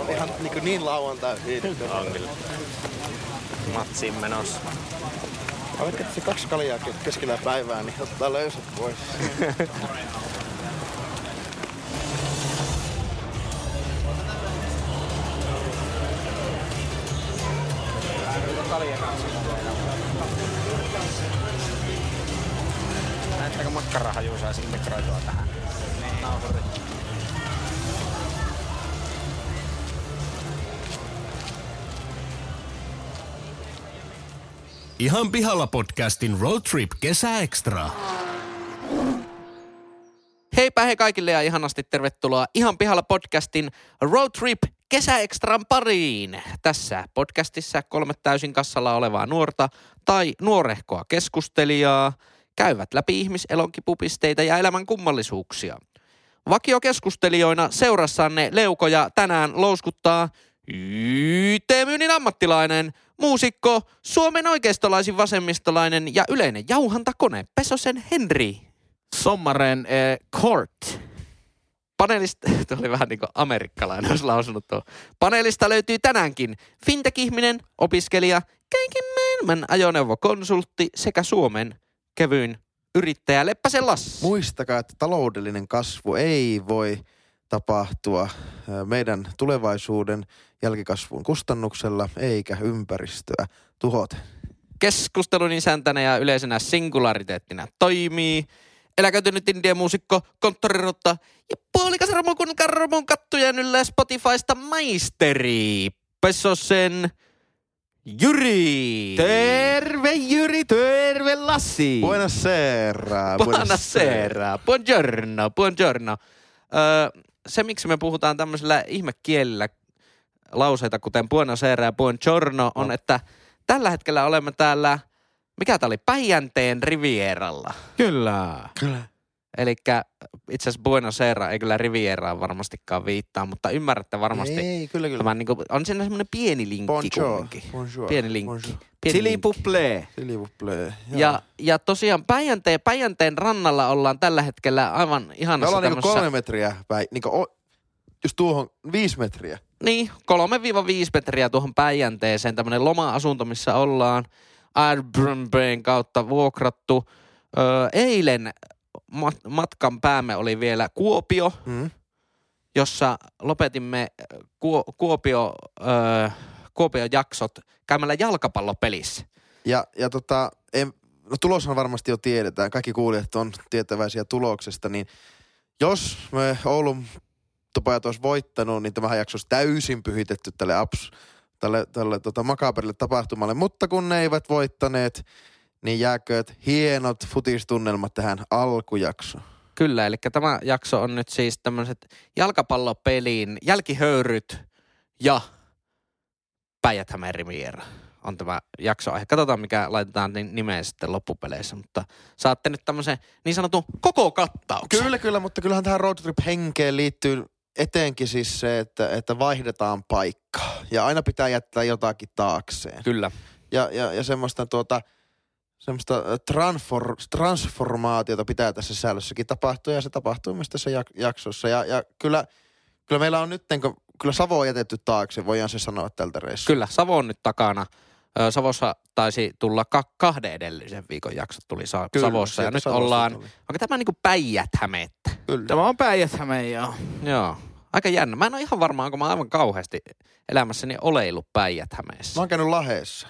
On ihan niin, niin lauantai siitä. On kyllä. Matsiin menossa. Oletko se kaksi kaljaa ke- keskellä päivää, niin ottaa löysät pois. Näyttääkö makkarahaju saisi integroitua tähän? Nauhuri. Ihan pihalla podcastin Road Trip Kesä Extra. Heipä hei kaikille ja ihanasti tervetuloa Ihan pihalla podcastin Road Trip kesäekstran pariin. Tässä podcastissa kolme täysin kassalla olevaa nuorta tai nuorehkoa keskustelijaa käyvät läpi ihmiselonkipupisteitä ja elämän kummallisuuksia. Vakiokeskustelijoina seurassanne leukoja tänään louskuttaa YT-myynnin ammattilainen, muusikko, Suomen oikeistolaisin vasemmistolainen ja yleinen jauhantakone Pesosen Henri. Sommaren eh, Court. Paneelista, tuo oli vähän niin kuin amerikkalainen, olisi lausunut tuo. Paneelista löytyy tänäänkin fintech-ihminen, opiskelija, kaiken maailman ajoneuvokonsultti sekä Suomen kevyin yrittäjä Leppäsen Lassi. Muistakaa, että taloudellinen kasvu ei voi tapahtua ö, meidän tulevaisuuden jälkikasvun kustannuksella eikä ympäristöä tuhoten. Keskustelun isäntänä ja yleisenä singulariteettina toimii eläköitynyt indie-muusikko, konttorirutta ja puolikas romukun karmun kattujen yllä Spotifysta maisteri Pesosen Jyri. Terve Jyri, terve Lassi. Buenas sera. Buonasera, buongiorno, buongiorno. Öö, se, miksi me puhutaan tämmöisellä ihmekielillä lauseita, kuten buonasera ja buongiorno, on, no. että tällä hetkellä olemme täällä, mikä tää oli, Päijänteen Rivieralla. Kyllä. Kyllä. Eli itse asiassa buonasera ei kyllä Rivieraan varmastikaan viittaa, mutta ymmärrätte varmasti. Ei, kyllä kyllä. Tämän, niin kuin, on siinä semmoinen pieni linkki Bonjour. kumminkin. Bonjour. Pieni linkki. Bonjour. Pieni Chili linkki. Puple. S'il vous plaît. Ja, ja tosiaan Päijänteen, Päijänteen rannalla ollaan tällä hetkellä aivan Me ihanassa ollaan niinku tämmössä- kolme metriä päin, niinku o, just tuohon viisi metriä. Niin, 3-5 metriä tuohon Päijänteeseen. Tämmöinen loma-asunto, missä ollaan Airbnbn kautta vuokrattu. Öö, eilen mat- matkan päämme oli vielä Kuopio, Mm. jossa lopetimme Kuo- Kuopio, öö, Kuopion jaksot käymällä jalkapallopelissä. Ja, ja tota, en, no tuloshan varmasti jo tiedetään, kaikki kuulijat on tietäväisiä tuloksesta, niin jos me Oulun tupajat olisi voittanut, niin tämähän jakso olisi täysin pyhitetty tälle abs, tälle, tälle tota makaberille tapahtumalle, mutta kun ne eivät voittaneet, niin jääkööt hienot futistunnelmat tähän alkujaksoon. Kyllä, eli tämä jakso on nyt siis tämmöiset jalkapallopeliin jälkihöyryt ja päijät Riviera on tämä jakso. Ehkä katsotaan, mikä laitetaan ni- nimeen sitten loppupeleissä, mutta saatte nyt tämmöisen niin sanotun koko kattauksen. Kyllä, kyllä, mutta kyllähän tähän road trip henkeen liittyy etenkin siis se, että, että vaihdetaan paikkaa. Ja aina pitää jättää jotakin taakseen. Kyllä. ja, ja, ja semmoista tuota, semmoista äh, transfor, transformaatiota pitää tässä sisällössäkin tapahtua ja se tapahtuu myös tässä jak- jaksossa. Ja, ja kyllä, kyllä meillä on nyt, kun, kyllä Savo on jätetty taakse, voidaan se sanoa tältä reissulta. Kyllä, Savo on nyt takana. Ö, Savossa taisi tulla ka- kahden edellisen viikon jaksot tuli Sa- Savossa ja sieltä nyt Savosta ollaan, tuli. onko tämä niinku päijät Hämettä? Kyllä. Tämä on Päijät-Hämeen joo. Joo, aika jännä. Mä en ole ihan varma, onko mä aivan kauheasti elämässäni oleillut päijät Mä oon käynyt Laheessa.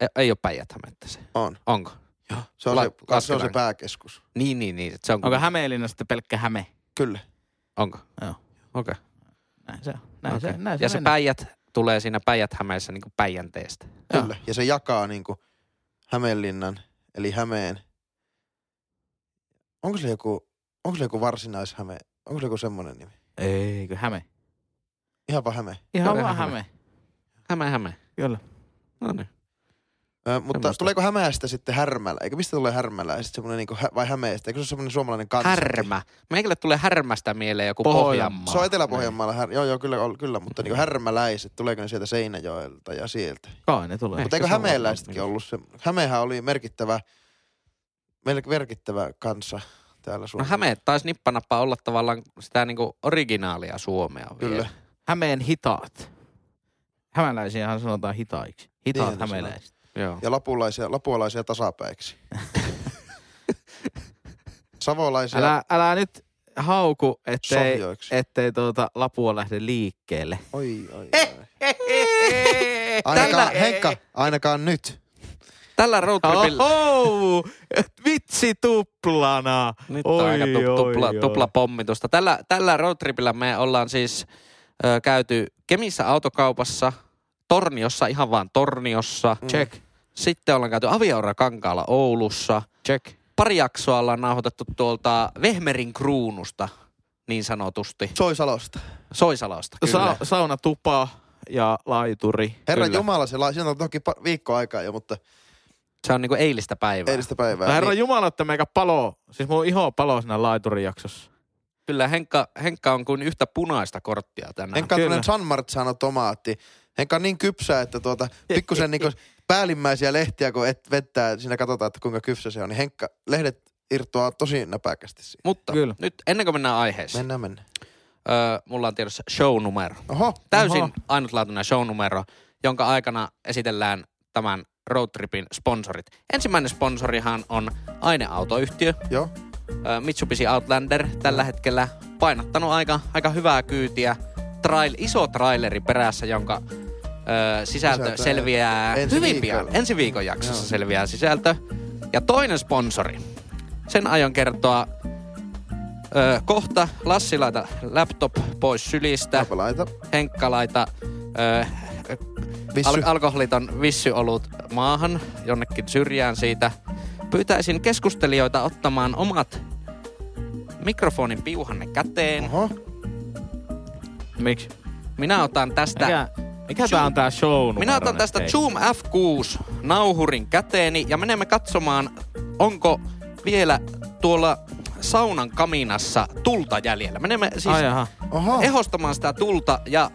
Ei, ei ole Päijät-Hämettä se. On. Onko? Joo. Se on, La- se, se, on se lasketaan. pääkeskus. Niin, niin, niin. Se on, Onko Hämeenlinna sitten pelkkä Häme? Kyllä. Onko? Joo. Okei. Okay. Näin se on. Näin Okay. se, näin Ja se menee. Päijät tulee siinä Päijät-Hämeessä niin kuin Päijänteestä. Joo. Kyllä. Ja se jakaa niin kuin Hämeenlinnan, eli Hämeen. Onko se joku, onko se joku varsinais-Häme? Onko se joku semmoinen nimi? Eikö Häme? Ihan vaan Häme. Ihan Kyllä, vaan Häme. Häme. Häme, Häme. Kyllä. No niin. Ö, mutta Semmoista. tuleeko Hämeestä sitten Härmälä? Eikö mistä tulee Härmälä? Ja sit semmonen niinku, hä- vai Hämeestä? Eikö se ole semmonen suomalainen kansa? Härmä. Meikälle tulee härmästä mieleen joku Pohjan- Pohjanmaa. Se on Etelä-Pohjanmaalla. Här- joo, joo, kyllä, ol- kyllä mutta niinku härmäläiset, tuleeko ne sieltä Seinäjoelta ja sieltä? Kai ne tulee. Siis Ei. Ehkä Mutta eikö se on niin. hämeeläisetkin varmaan ollut se? Hämehän oli merkittävä, mer- merkittävä kansa täällä No Suomessa. Häme taisi nippanappa olla tavallaan sitä niinku originaalia Suomea vielä. Kyllä. Hämeen hitaat. Hämäläisiähän sanotaan hitaiksi. Hitaat Niin, niin, hämäläiset. Joo. Ja lapulaisia, lapualaisia tasapäiksi. Savolaisia Älä... Älä, älä nyt hauku, ettei, sohjoiksi. ettei tuota lapua lähde liikkeelle. Oi, oi, oi. Tällä, Ainakaan, Henkka, ainakaan nyt. tällä roadtripillä... Oho! Vitsi tuplana! Nyt on aika tu- tupla, tuplapommitusta. Tällä, tällä roadtripillä me ollaan siis ö, käyty Kemissä autokaupassa, Torniossa, ihan vaan Torniossa. Mm. Check, Sitten ollaan käyty Avioura Kankaalla Oulussa. check. Pari jaksoa ollaan nauhoitettu tuolta Vehmerin kruunusta, niin sanotusti. Soisalosta. Soisalosta, Sa- kyllä. saunatupa ja laituri. Herra Kyllä. Jumala, se la- siinä on toki pa- viikko aikaa jo, mutta Se on niinku eilistä päivää. eilistä päivää. No herra niin, Jumala, että meikä palo. Siis mun iho palo siinä laiturin jaksossa. Kyllä Henkka, Henkka on kuin yhtä punaista korttia tänään. Henkka on Kyllä. tämmönen San Marzano tomaatti. Henkka on niin kypsä, että tuota, pikkusen niinku päällimmäisiä lehtiä, kun et vettää, siinä katsotaan, että kuinka kypsä se on, niin Henkka, lehdet irtoaa tosi näpäkästi siihen. Mutta Kyllä. nyt ennen kuin mennään aiheeseen, Mennään, mennään. öö, mulla on tiedossa show-numero. Oho, Täysin Oho. ainutlaatuinen show-numero, jonka aikana esitellään tämän roadtripin sponsorit. Ensimmäinen sponsorihan on aineautoyhtiö Joo. öö, Mitsubishi Outlander. Tällä hetkellä painattanut aika, aika hyvää kyytiä. Trail, iso traileri perässä, jonka öö, sisältö Sisältö, selviää ensi hyvin viikolla. pian. Ensi viikon jaksossa Joo. selviää sisältö. Ja toinen sponsori. Sen aion kertoa öö, kohta. Lassi laita laptop pois sylistä. Jopa laita. Henkka laita ö, Vissy. al- alkoholiton vissyolut maahan, jonnekin syrjään siitä. Pyytäisin keskustelijoita ottamaan omat mikrofonin piuhanne käteen. Oho. Miksi? Minä otan tästä... Mikä, mikä Zoom. tää on tää show Minä otan tästä Zoom F6 nauhurin käteeni ja menemme katsomaan, onko vielä tuolla saunan kaminassa tulta jäljellä. Menemme siis Ai jaha. Oho. ehostamaan sitä tulta ja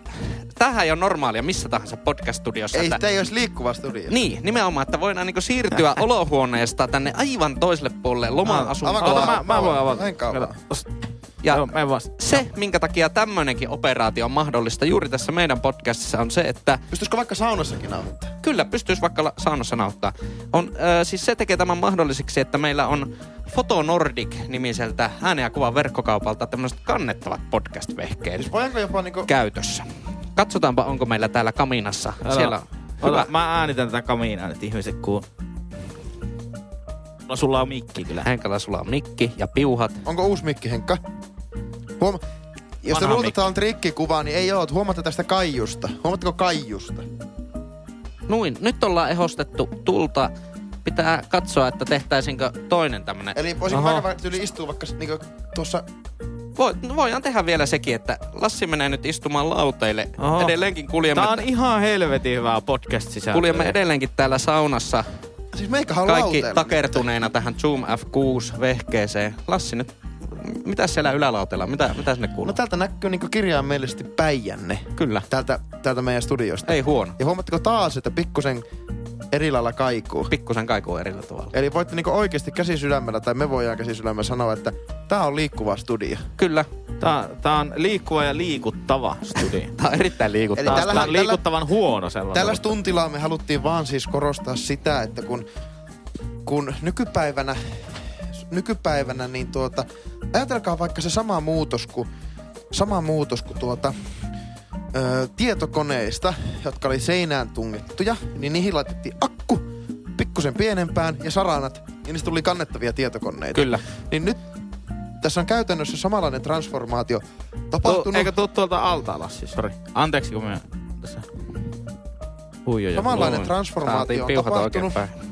tämähän ei ole normaalia missä tahansa podcast-studiossa. Ei, että- tämä ei olisi liikkuva studio. Niin, nimenomaan, että voidaan niinku siirtyä olohuoneesta tänne aivan toiselle puolelle Avaako loma-asuntoon. Avaa- Ota, mä, mä voin avaa- avata. en kauan. Kato. Ost- Ja Joo, mä en vasta. se, minkä takia tämmöinenkin operaatio on mahdollista juuri tässä meidän podcastissa on se, että Pystyisikö vaikka saunassakin nauttimaan? kyllä pystyisi vaikka la- saunassa nauttaa. On, ö, siis se tekee tämän mahdolliseksi, että meillä on Foto Nordic-nimiseltä äänen ja kuvan verkkokaupalta tämmöiset kannettavat podcast-vehkeet Siis voidaanko jopa niinku... käytössä. Katsotaanpa, onko meillä täällä kaminassa. Älä- Siellä on Ota, hyvä. mä äänitän tätä kamiinaa nyt ihmiset, kun... No, sulla on mikki kyllä. Henkala, sulla on mikki ja piuhat. Onko uusi mikki, Henkka? Huoma... Jos te Vanha luulette, mikki. että on trikkikuva, niin ei oo. Huomaatte tästä kaijusta. Huomaatteko kaijusta? Noin, nyt ollaan ehostettu tulta. Pitää katsoa, että tehtäisinkö toinen tämmönen. Eli voisinko Aha. mä vaikka tyyli istua vaikka s- niinku tuossa... Voi, no voidaan tehdä vielä sekin, että Lassi menee nyt istumaan lauteille. Oho. Edelleenkin kuljemme, Tää on ihan helvetin hyvää podcast-sisältöä. kuljemme edelleenkin täällä saunassa. Siis meikähän on Kaikki lauteella. takertuneena tähän Zoom F6-vehkeeseen. Lassi nyt, m- mitä siellä ylälauteella? Mitä, mitä sinne kuuluu? No täältä näkyy niinku kirjaimellisesti päijänne. Kyllä. Täältä, täältä meidän studiosta. Ei huono. Ja huomaatteko taas, että pikkusen eri lailla kaikuu. Pikkusen kaikuu erillä tavalla. Eli voitte niinku oikeasti käsi sydämellä, tai me voidaan käsi sydämellä sanoa, että tää on liikkuva studio. Kyllä. Tää, tää on liikkuva ja liikuttava studio. Tää on erittäin Eli liikuttavaa. Taas tällähän- tää on tällä- liikuttavan huono sellainen. Tällä tuntilaa me haluttiin vaan siis korostaa sitä, että kun, kun nykypäivänä, nykypäivänä niin tuota, ajatelkaa vaikka se sama muutos kuin, sama muutos kuin tuota, ö, tietokoneista, jotka oli seinään tungettuja, niin niihin laitettiin akku pikkusen pienempään ja saranat, ja niistä tuli kannettavia tietokoneita. Kyllä. Niin nyt tässä on käytännössä samanlainen transformaatio Tuu, tapahtunut. eikö tuu tuolta alta alas siis, sori. Anteeksi kun mä tässä huijoja. samanlainen Saatiin transformaatio on piuhat tapahtunut. oikein päin.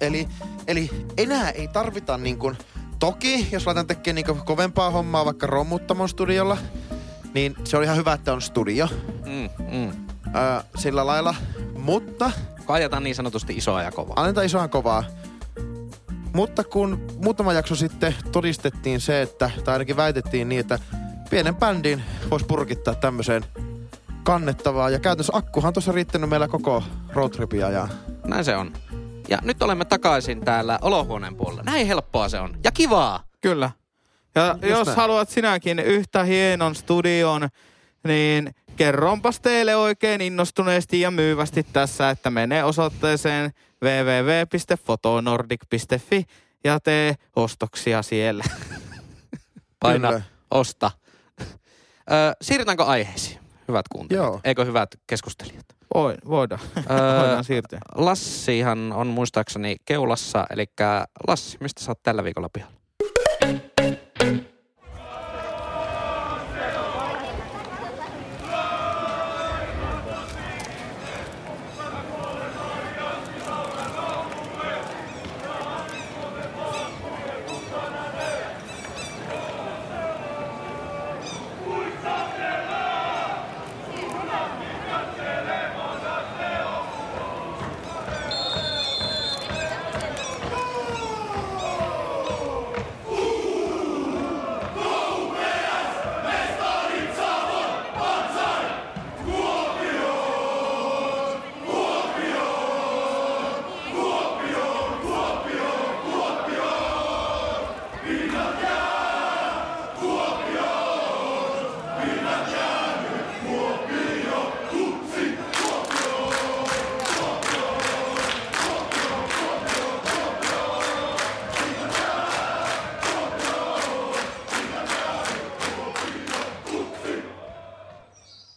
Eli, eli enää ei tarvita niin kuin, toki jos laitan tekemään niin kovempaa hommaa vaikka romuttamon studiolla, niin se on ihan hyvä, että on studio Mm, mm. öö, sillä lailla, mutta kun ajetaan niin sanotusti isoa ja kovaa. Annetaan isoan kovaa. Mutta kun muutama jakso sitten todistettiin se, että, tai ainakin väitettiin niin, että pienen bändin voisi purkittaa tämmöiseen kannettavaa. Ja käytännössä akkuhan on tuossa riittänyt meillä koko roadtripia ja Näin se on. Ja nyt olemme takaisin täällä olohuoneen puolella. Näin helppoa se on. Ja kivaa! Kyllä. Ja Just jos näin. näin. haluat sinäkin yhtä hienon studion, niin kerronpas teille oikein innostuneesti ja myyvästi tässä, että mene osoitteeseen www.fotonordic.fi ja tee ostoksia siellä. Paina, Kyllä. osta. Ö, siirrytäänkö aiheisiin, hyvät kuuntelijat? Joo. Eikö hyvät keskustelijat? Oi, voidaan. Öö, voidaan siirtyä. Lassihan on muistaakseni keulassa, eli Lassi, mistä sä oot tällä viikolla pihalla?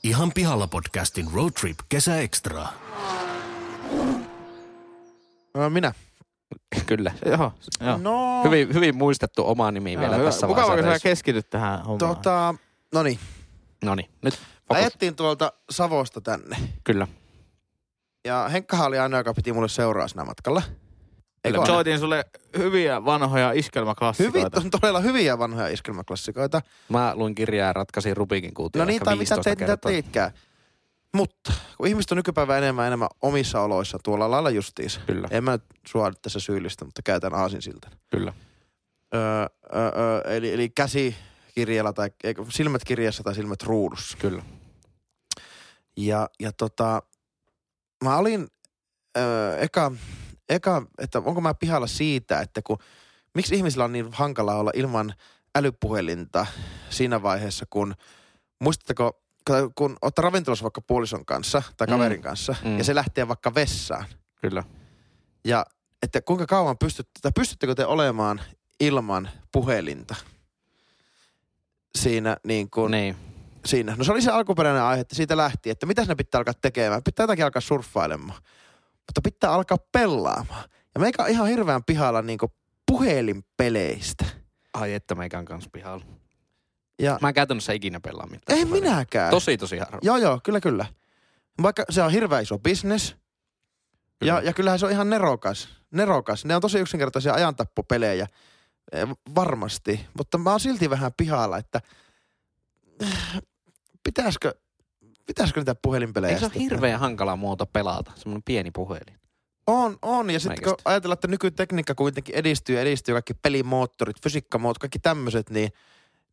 Ihan pihalla podcastin Road Trip kesäekstra. no, minä. Kyllä. Joo, joo. No, Hyvin, hyvin muistettu oma nimi vielä Joo, hyvä. tässä Mukava, kun sä vaiheessa. keskityt tähän hommaan. tota, no niin. No niin, nyt fokus. Ajettiin tuolta Savosta tänne. Kyllä. Ja Henkkahan oli aina, joka piti mulle seuraa siinä matkalla. Eikö ole? Soitin sulle hyviä vanhoja iskelmäklassikoita. Hyvin, on todella hyviä vanhoja iskelmäklassikoita. Mä luin kirjaa ja ratkaisin Rubikin kuution No niin, ehkä tai mitä 15 teit, mitä kertaa. teitkään. Mutta kun ihmiset on nykypäivän enemmän ja enemmän omissa oloissa tuolla lailla justiinsa. Kyllä. En mä nyt sua nyt tässä syyllistä, mutta käytän aasinsiltana. Kyllä. Öö, öö, öö, eli, eli käsi kirjalla tai eikö, silmät kirjassa tai silmät ruudussa. Kyllä. Ja, ja tota, mä olin öö, eka, eka, että onko mä pihalla siitä, että kun, miksi ihmisillä on niin hankalaa olla ilman älypuhelinta siinä vaiheessa, kun muistatteko, kun- kun ottaa ravintolassa vaikka puolison kanssa tai Mm. kaverin kanssa Mm. ja se lähtee vaikka vessaan. Kyllä. Ja että kuinka kauan pystytte, tai pystyttekö te olemaan ilman puhelinta siinä niin kuin, Niin. siinä. No se oli se alkuperäinen aihe, että siitä lähti, että mitä sinä pitää alkaa tekemään. Pitää jotakin alkaa surffailemaan. Mutta pitää alkaa pelaamaan. Ja meikä on ihan hirveän pihalla niinku puhelinpeleistä. Ai että meikään kanssa pihalla. Ja Mä en käytännössä ikinä pelaa mitään. ei minäkään. Tosi tosi harvoin. Joo, joo, kyllä, kyllä. Vaikka se on hirveän iso bisnes. Ja, Kyllä. ja kyllähän se on ihan nerokas. Nerokas. Ne on tosi yksinkertaisia ajantappopelejä. Eh, Varmasti. Mutta mä oon silti vähän pihalla, että eh, pitäisikö, pitäisikö niitä puhelinpelejä? Eikö se ole sitten- hirveän hankalaa muuta pelata? Semmoinen pieni puhelin. On, on. Ja sitten kun Oikeesti. ajatellaan, että nykytekniikka kuitenkin edistyy ja edistyy, kaikki pelimoottorit, fysiikkamoottorit, kaikki tämmöiset, niin,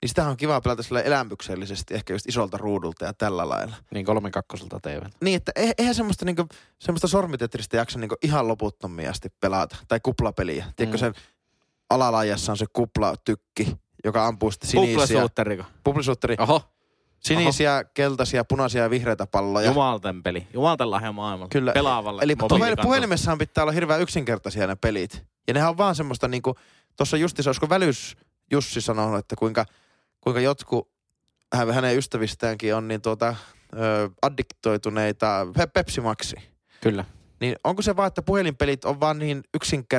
niin sitähän on kiva pelata sillä elämyksellisesti, ehkä just isolta ruudulta ja tällä lailla. Niin kolme kakkoselta TV. Niin, että e- eihän semmoista, niinku, semmoista sormitetristä jaksa niinku ihan loputtomia asti pelata, tai kuplapeliä. Tiedätkö Mm. sen alalaajassa on se kuplatykki, joka ampuu sitten sinisiä, Kuplesuutteriko? publisuutteri, Oho, sinisiä, keltaisia, punaisia ja vihreitä palloja. Jumalten peli. Jumalten lahja maailmalla. Kyllä. Pelaavalle. Eli puhel- mobiilikantolle. puhelimessahan pitää olla hirveän yksinkertaisia ne pelit. Ja nehän on vaan semmoista niinku, tuossa justissa, olisiko Välys Jussi sanonut, että kuinka, kuinka jotkut hän- hänen ystävistäänkin on niin tuota, ö, addiktoituneita pe- pepsimaksi. kyllä. Niin onko se vaan, että puhelinpelit on vaan niin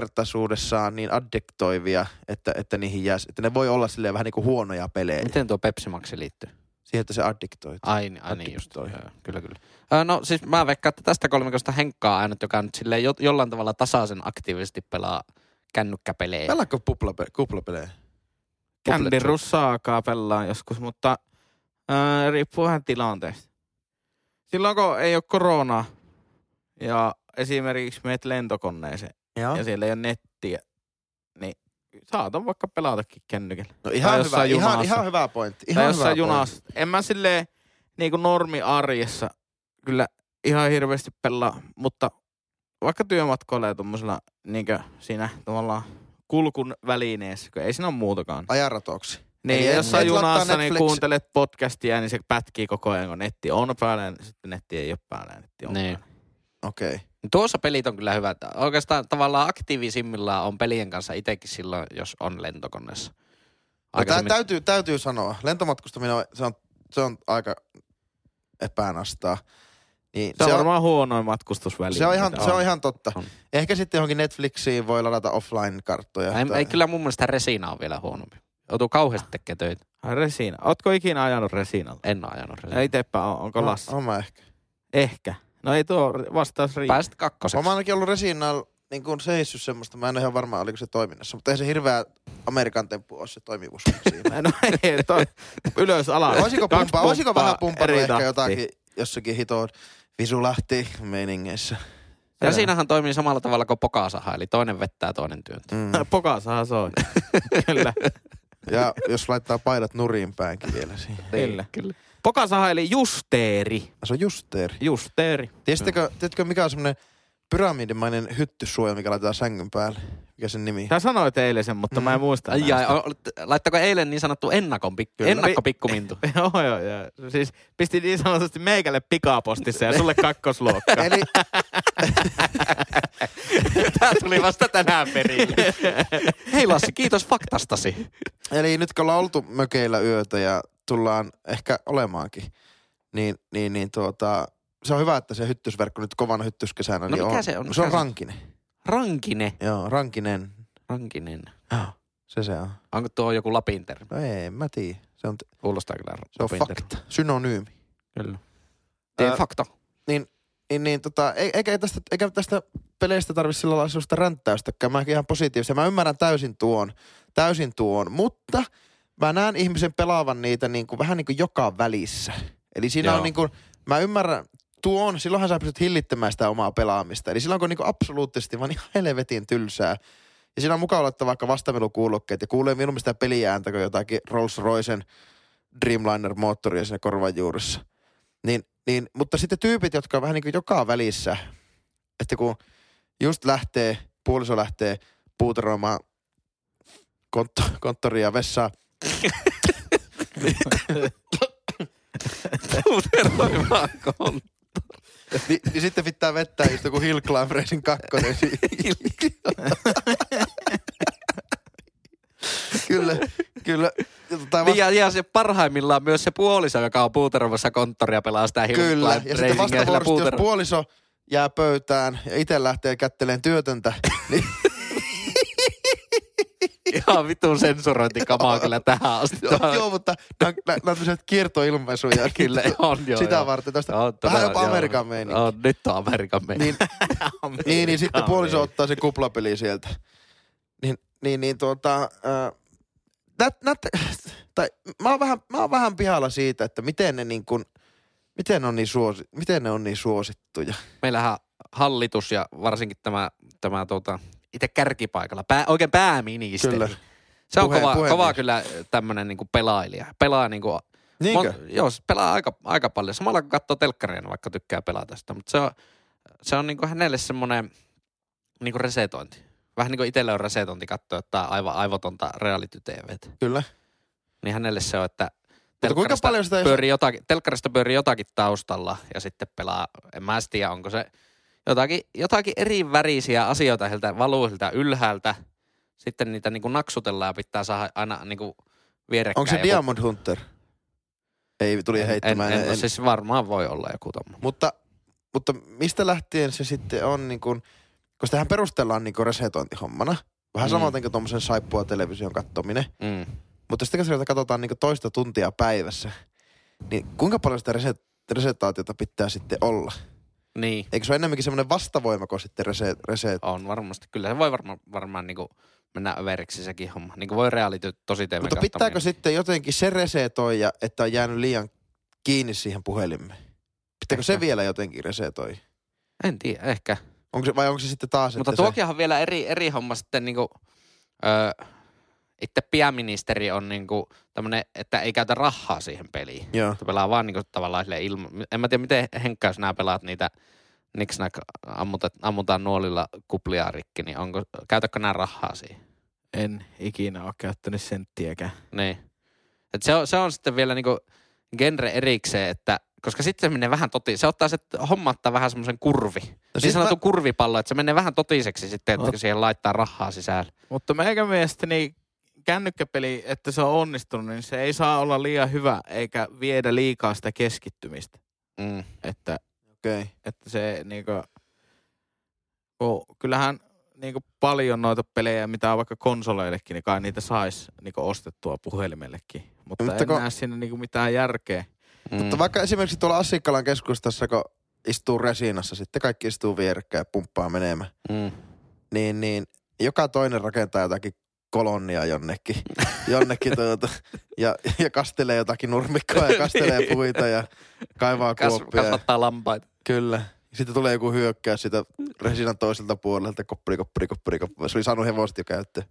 yksinkertaisuudessaan niin addiktoivia, että, että, niihin jää, että ne voi olla silleen vähän niin kuin huonoja pelejä. Miten tuo Pepsi Maxi liittyy? Siihen, että se addiktoituu. Ai, ni- ai niin just. Addictoi. Joo, Kyllä, kyllä. Ö, No siis mä veikkaan, että tästä kolmikosta Henkkaa ainut, joka nyt silleen jo- jollain tavalla tasaisen aktiivisesti pelaa kännykkäpelejä. Pelaatko puplape- kuplapelejä? Candy Russaakaa pelaa joskus, mutta ää, riippuu vähän tilanteesta. Silloin kun ei ole koronaa ja esimerkiksi meet lentokoneeseen Joo. ja siellä ei ole nettiä, niin saatan vaikka pelatakin kännykällä. No tai ihan hyvä, jossain ihan, junassa. ihan hyvä pointti. Ihan tai Ihan hyvä jossain junassa. En mä silleen niin kuin normi arjessa kyllä ihan hirveästi pelaa, mutta vaikka työmatkoilla ja tommosella niin siinä tavallaan kulkun välineessä, kun ei siinä ole muutakaan. Pointti. Ajaratoksi. Niin, Eli et- jos sä et lataa junassa niin Netflix- kuuntelet podcastia, niin se pätkii koko ajan, kun netti on päällä, ja sitten netti ei ole päällä, ja netti on Niin. päällä. Okei. Okay. Tuossa pelit on kyllä hyvä. Oikeastaan tavallaan aktiivisimmilla on pelien kanssa itsekin silloin, jos on lentokoneessa. No, tää, Aikaisemmin- täytyy, täytyy sanoa. Lentomatkustaminen, on- se on, se on aika epänastaa. Niin, Se on varmaan huonoin matkustusväline. se on, ihan, mitä se on ihan totta. On. Ehkä sitten johonkin Netflixiin voi ladata offline-karttoja. Ei, ei, kyllä mun mielestä Resina on vielä huonompi. Joutuu kauheasti tekemään töitä. Resina. Ootko ikinä ajanut Resinalla? En ole ajanut Resina. Ei teppä on, onko no, Lassi? On, on mä ehkä. Ehkä. No ei tuo vastaus riitä. Pääsit kakkoseksi. Olen mä ainakin ollut Resinalla niin kuin seissyt semmoista. Mä en ole ihan varma, oliko se toiminnassa. Mutta ei se hirveä Amerikan temppu ole se toimivuus siinä. No ei, toi ylös alas. Olisiko, Kaksi pumpa, olisiko pumppaa vähän pumpannut eri ehkä tahtiin. jotakin jossakin hitoon visulahti meiningeissä. Ja siinähän toimii samalla tavalla kuin pokaasaha, eli toinen vettää, toinen työntää. Mm. Pokasahan soi. kyllä, Ja jos laittaa paidat nurin päänkin vielä siihen. kyllä. kyllä. Pokasaha eli justeeri. Se on justeeri. Justeeri. Tiesittekö, tiedätkö mikä on semmoinen pyramidimainen hyttysuoja, mikä laitetaan sängyn päälle? Mikä sen nimi? Sä sanoit eilen sen, mutta mä en muista. Ai, ai, näistä. o- laittako eilen niin sanottu ennakon pik- Kyllä. ennakkopikkumintu? Joo, joo, joo. Siis pisti niin sanotusti meikälle pikapostissa ja sulle kakkosluokka. Eli Tämä tuli vasta tänään perille. Hei Lassi, kiitos faktastasi. Eli nyt kun ollaan oltu mökeillä yötä ja tullaan ehkä olemaankin, niin, niin, niin tuota, se on hyvä, että se hyttysverkko nyt kovana hyttyskesänä. No niin mikä on, se on? Se Mikä on se on? rankinen. Rankine. Joo, rankinen. Rankinen. Joo, se se on. Onko tuo joku Lapin termi? No ei, en mä tiedä. Se on, Kuulostaa kyllä se on fakta. Synonyymi. Kyllä. Ää, Ää... Fakta. Niin, niin tota, ei- eikä tästä, eikä tästä peleistä tarvitse sillä lailla sellaista ränttäystäkään. Mä ihan positiivista. Mä ymmärrän täysin tuon, täysin tuon, mutta mä näen ihmisen pelaavan niitä niin kuin, vähän niin kuin joka välissä. Eli siinä Joo. Joo. on niin kuin, mä ymmärrän tuon, silloinhan sä pystyt hillittämään sitä omaa pelaamista. Eli silloin kun niin kuin absoluuttisesti vaan ihan helvetin tylsää. Ja siinä on mukava laittaa vaikka vastamelukuulokkeet ja kuulee minun sitä peliääntä, kun jotakin Rolls Roycen Dreamliner-moottoria siinä korvan juuressa. Niin, niin, mutta sitten tyypit, jotka on vähän niin kuin joka välissä, että kun just lähtee, puoliso lähtee puuteroimaan kontto, konttoria ja vessaa, Puuteroimaan koulu. niin, niin sitten pitää vettää just joku Hill Climb Racing 2. kyllä, kyllä. Tai Niin vasta, ja, ja se parhaimmillaan myös se puoliso, joka on puuteroimassa konttoria, pelaa sitä Hill kyllä. Climb Ja sitten Racingia sillä vastavuorosti, jos puuterolla. puoliso jää pöytään ja itse lähtee kätteleen työtöntä, niin Ihan vitun sensurointikamaa kyllä tähän asti. Joo, no, joo, mutta nämä on tämmöiset kiertoilmaisuja. Kyllä, on joo. Sitä joo. varten tästä. On vähän todella, jopa joo. Amerikan meininki. On, nyt on Amerikan meininki. Niin, niin, niin sitten puoliso ottaa se kuplapeli sieltä. Niin, niin, niin tuota... Äh, that, that, tai mä oon, vähän, mä oon vähän pihalla siitä, että miten ne niin kuin, miten, on niin suosi, miten ne on niin suosittuja. meillähän hallitus ja varsinkin tämä, tämä tuota, itse kärkipaikalla, pää, oikein pääministeri. Kyllä. Se on Puhe- kova, puhemies. kova kyllä tämmöinen niinku pelailija. Pelaa niinku, Niinkö? mon- joo, se pelaa aika, aika paljon. Samalla kun katsoo telkkaria, niin vaikka tykkää pelata sitä. Mutta se on, se on niinku hänelle semmoinen niinku resetointi. Vähän niin kuin itsellä on resetointi katsoa jotain aivan aivotonta reality TVtä. Kyllä. Niin hänelle se on, että Mutta kuinka telkkarista- paljon sitä... pyörii jotakin, telkkarista pyörii jotakin taustalla ja sitten pelaa, en mä edes tiedä, onko se jotakin, jotakin eri värisiä asioita sieltä valuu sieltä ylhäältä. Sitten niitä niinku naksutellaan ja pitää saada aina niinku vierekkäin. Onko se joku- Diamond Hunter? Ei, tuli en, en, heittämään. en, en, siis varmaan voi olla joku tommo. Mutta, mutta mistä lähtien se sitten on niin kuin, kun sitähän perustellaan niin kuin resetointihommana. Vähän Mm. mm. samaten kuin tuommoisen saippua television katsominen. Mm. Mutta sitten kun sieltä katsotaan niin kuin toista tuntia päivässä, niin kuinka paljon sitä reset, resetaatiota pitää sitten olla? Niin, Eikö se ole enemmänkin semmoinen vastavoima kuin sitten reset? reset? on varmasti. Kyllä se voi varma, varmaan niinku mennä överiksi sekin homma. Niinku voi reality tosi TV Mutta pitääkö sitten jotenkin se resetoija, että on jäänyt liian kiinni siihen puhelimeen? Pitääkö se Ehkä. vielä jotenkin resetoija? En tiedä, ehkä. Onko se, vai onko se sitten taas, Mutta että se, tuokinhan on vielä eri, eri homma sitten niinku, ö, itse pääministeri on niinku tämmönen, että ei käytä rahaa siihen peliin. Joo. Että pelaa vaan niinku tavallaan sille ilma... En mä tiedä, miten Henkka, jos nää pelaat niitä niksnak ammuta, ammutaan nuolilla kuplia rikki, niin onko, käytäkö nää rahaa siihen? En ikinä ole käyttänyt senttiäkään. Niin. Et se, on, se on sitten vielä niinku genre erikseen, että koska sitten se menee vähän toti, se ottaa se homma ottaa vähän semmoisen kurvi. No sit niin sanottu mä- No. mä... kurvipallo, että se menee vähän totiseksi sitten, että Oot. kun siihen laittaa rahaa sisälle. Mutta meikä mielestäni kännykkäpeli, että se on onnistunut, niin se ei saa olla liian hyvä eikä viedä liikaa sitä keskittymistä. Mm. Että, okei. Okay. että se niinku, kun kyllähän niinku paljon noita pelejä, mitä on vaikka konsoleillekin, niin kai niitä saisi niinku ostettua puhelimellekin. Mutta, Mutta Mutta en kun- kun... näe siinä niinku mitään järkeä. Mm. Mutta vaikka esimerkiksi tuolla Assikkalan keskustassa, kun istuu Resinassa, sitten kaikki istuu vierekkäin ja pumppaa menemään, Mm. niin, niin joka toinen rakentaa jotakin kolonnia jonnekin, jonnekin tuota, ja, ja kastelee jotakin nurmikkoa ja kastelee puita ja kaivaa Niin. Kas, kuoppia. ja- kasvattaa lampaita. Kyllä. Sitten tulee joku hyökkäys sitä resinan toiselta puolelta, koppari, koppari, koppari, koppari. Se oli saanut hevoset jo käyttöön.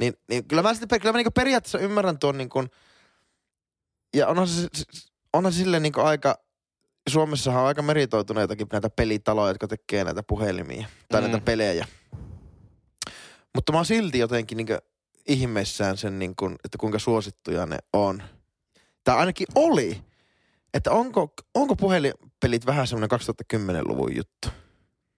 Niin, niin kyllä mä, sitten, kyllä mä niinku periaatteessa ymmärrän tuon niin kuin, ja onhan se, se- se- onhan sille niin kuin aika, Suomessahan on aika meritoituneitakin näitä pelitaloja, jotka tekee näitä puhelimia tai Mm. mm. näitä pelejä. Mutta mä oon silti jotenkin niin kuin ihmeissään sen, niin kuin, että kuinka suosittuja ne on. Tai ainakin oli että onko, onko puhelinpelit vähän semmoinen 2010-luvun juttu?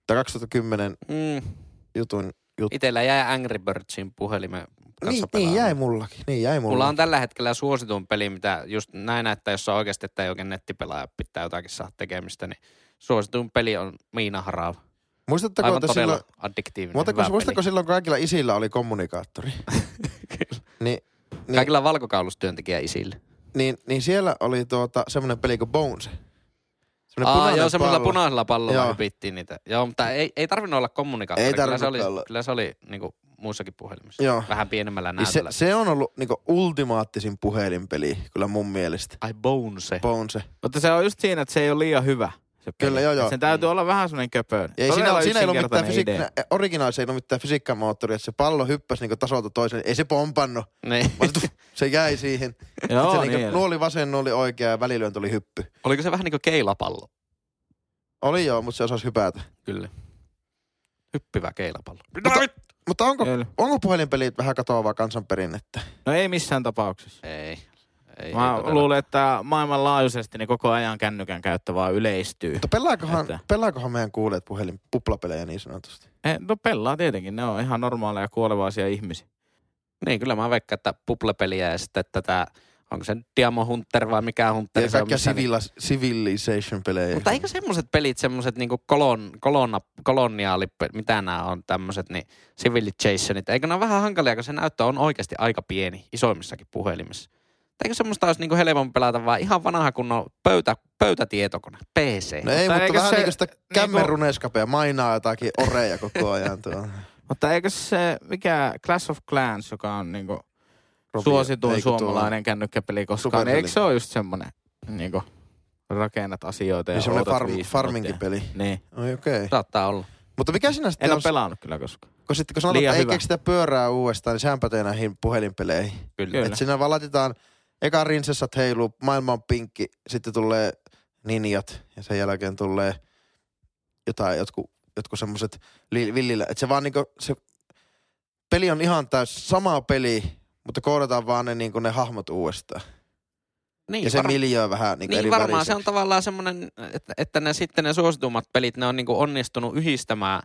Tai 2010 Mm. jutun juttu. Itellä jäi Angry Birdsin puhelimen kanssa Niin, niin, pelaamaan. jäi mullakin. Niin, jäi mullakin. Mulla on tällä hetkellä suosituin peli, mitä just näin, että jos on oikeasti, että ei oikein nettipelaaja pitää jotakin saa tekemistä, niin suosituin peli on Miina Harava. Muistatteko, Aivan että todella silloin, addiktiivinen, muistatteko, hyvä muistatteko peli. silloin, kun kaikilla isillä oli kommunikaattori? niin, niin, Kaikilla on valkokaulustyöntekijä isille. niin, niin, siellä oli tuota, semmoinen peli kuin Bones. Semmoinen Aa, punainen joo, semmoisella pallo. punaisella pallolla Joo. hypittiin niitä. Joo, mutta ei, ei tarvinnut olla kommunikaattori. Ei kyllä se oli, tarvinnut olla. kyllä se oli niinku muussakin puhelimessa. Joo. Vähän pienemmällä Niin se, näytöllä. se... se, on ollut niinku ultimaattisin puhelinpeli, kyllä mun mielestä. Ai Bonese. Bonse. Mutta se on just siinä, että se ei ole liian hyvä. Se peli. Kyllä, joo, joo. Sen täytyy olla vähän semmoinen köpöön. Ei, siinä, siinä ei ollut mitään yksinkertainen idea. fysiikkaa, originaalissa ei ollut mitään fysiikkamoottoria, että se pallo hyppäsi niinku tasolta toiselle, ei se pompannut, Niin. vaan se, se jäi siihen. Joo, Joo, se niin, niinku, joo. nuoli vasen, nuoli oikea ja välilyönti oli hyppy. Oliko se vähän niin kuin keilapallo? Oli joo, mutta se osasi hypätä. Kyllä. Hyppivä keilapallo. Mutta onko, Kyllä. onko puhelinpelit vähän katoavaa kansanperinnettä? No ei missään tapauksessa. Ei. ei Mä ei todella. luulen, että maailmanlaajuisesti niin koko ajan kännykän käyttö vaan yleistyy. Mutta pelaakohan, Että- pelaakohan meidän kuulijat puhelin puplapelejä niin sanotusti? He, no pelaa tietenkin, ne on ihan normaaleja kuolevaisia ihmisiä. Niin, kyllä mä veikkaan, että puplepeliä ja sitten tätä, onko se Diamo Hunter vai mikä Hunter Ja se on. kaikkia missä ni- civila, civilization-pelejä. Mutta eikö semmoset pelit, semmoset niinku kolon, kolonna, koloniaali, mitä nämä on tämmöiset, niin civilizationit, eikö ne ole vähän hankalia, kun se näyttö on oikeasti aika pieni isoimmissakin puhelimissa. Et Eikö semmoista olisi niinku helpompi pelata vaan ihan vanha kunnon pöytä, pöytätietokone, PC. No ei, mutta, eikö vähän se niinku sitä niinku- kämmeruneskapea mainaa jotakin oreja koko ajan Niin tuolla. Mutta eikö se, mikä Clash of Clans, joka on niinku Rovio- suosituin eikö tuo- suomalainen kännykkäpeli koskaan, Superpeli. niin eikö se ole just semmonen, niinku, rakennat asioita ja Niin semmoinen odotat farm, viisi farminkin minuuttia. peli. Niin. Oi okei. Okay. Saattaa olla. Mutta mikä sinä sitten En on, ole pelannut kyllä koskaan. kun, sitten, kun sanotaan, Liian että ei hyvä. keksitä pyörää uudestaan, niin sehän pätee näihin puhelinpeleihin. Kyllä. Että siinä valatetaan, eka rinsessat heiluu, maailma on pinkki, sitten tulee ninjat ja sen jälkeen tulee jotain, jotkut, jotkut semmoset li- villillä. Että se vaan niinku, se peli on ihan täys sama peli, mutta koodataan vaan ne, niinku, ne hahmot uudestaan. Niin, ja se varmaan. miljöö vähän niinku Niin eri varmaan väriseksi. se on tavallaan semmoinen, että, että ne sitten ne suositummat pelit, ne on niinku onnistunut yhdistämään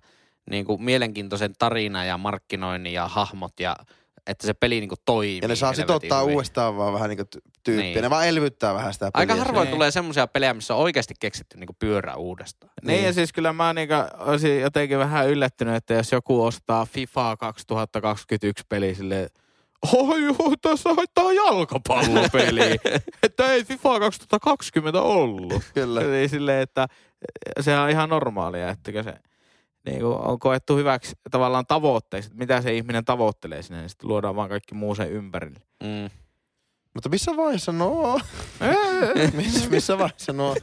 niinku mielenkiintoisen tarinan ja markkinoinnin ja hahmot ja että se peli niinku toimii. Ja ne saa helvetin sitouttaa hyvin. uudestaan vaan vähän niinku ty- tyyppiä. Niin. Niin. Ne vaan elvyttää vähän sitä peliä. Aika harvoin Niin. tulee semmoisia pelejä, missä on oikeasti keksitty niinku pyörä uudestaan. Niin, niin ja siis kyllä mä niinku olisin jotenkin vähän yllättynyt, että jos joku ostaa FIFA 2021 peli silleen, Oi, joo, tässä haittaa jalkapallopeliä. että ei FIFA 2020 ollut. Kyllä. Eli silleen, että eh, sehän on ihan normaalia, että se niin kuin on koettu hyväksi tavallaan tavoitteeksi, että mitä se ihminen tavoittelee sinne, niin sitten luodaan vaan kaikki muu sen ympärille. Mm. Mutta missä vaiheessa no? Miss, missä vaiheessa no?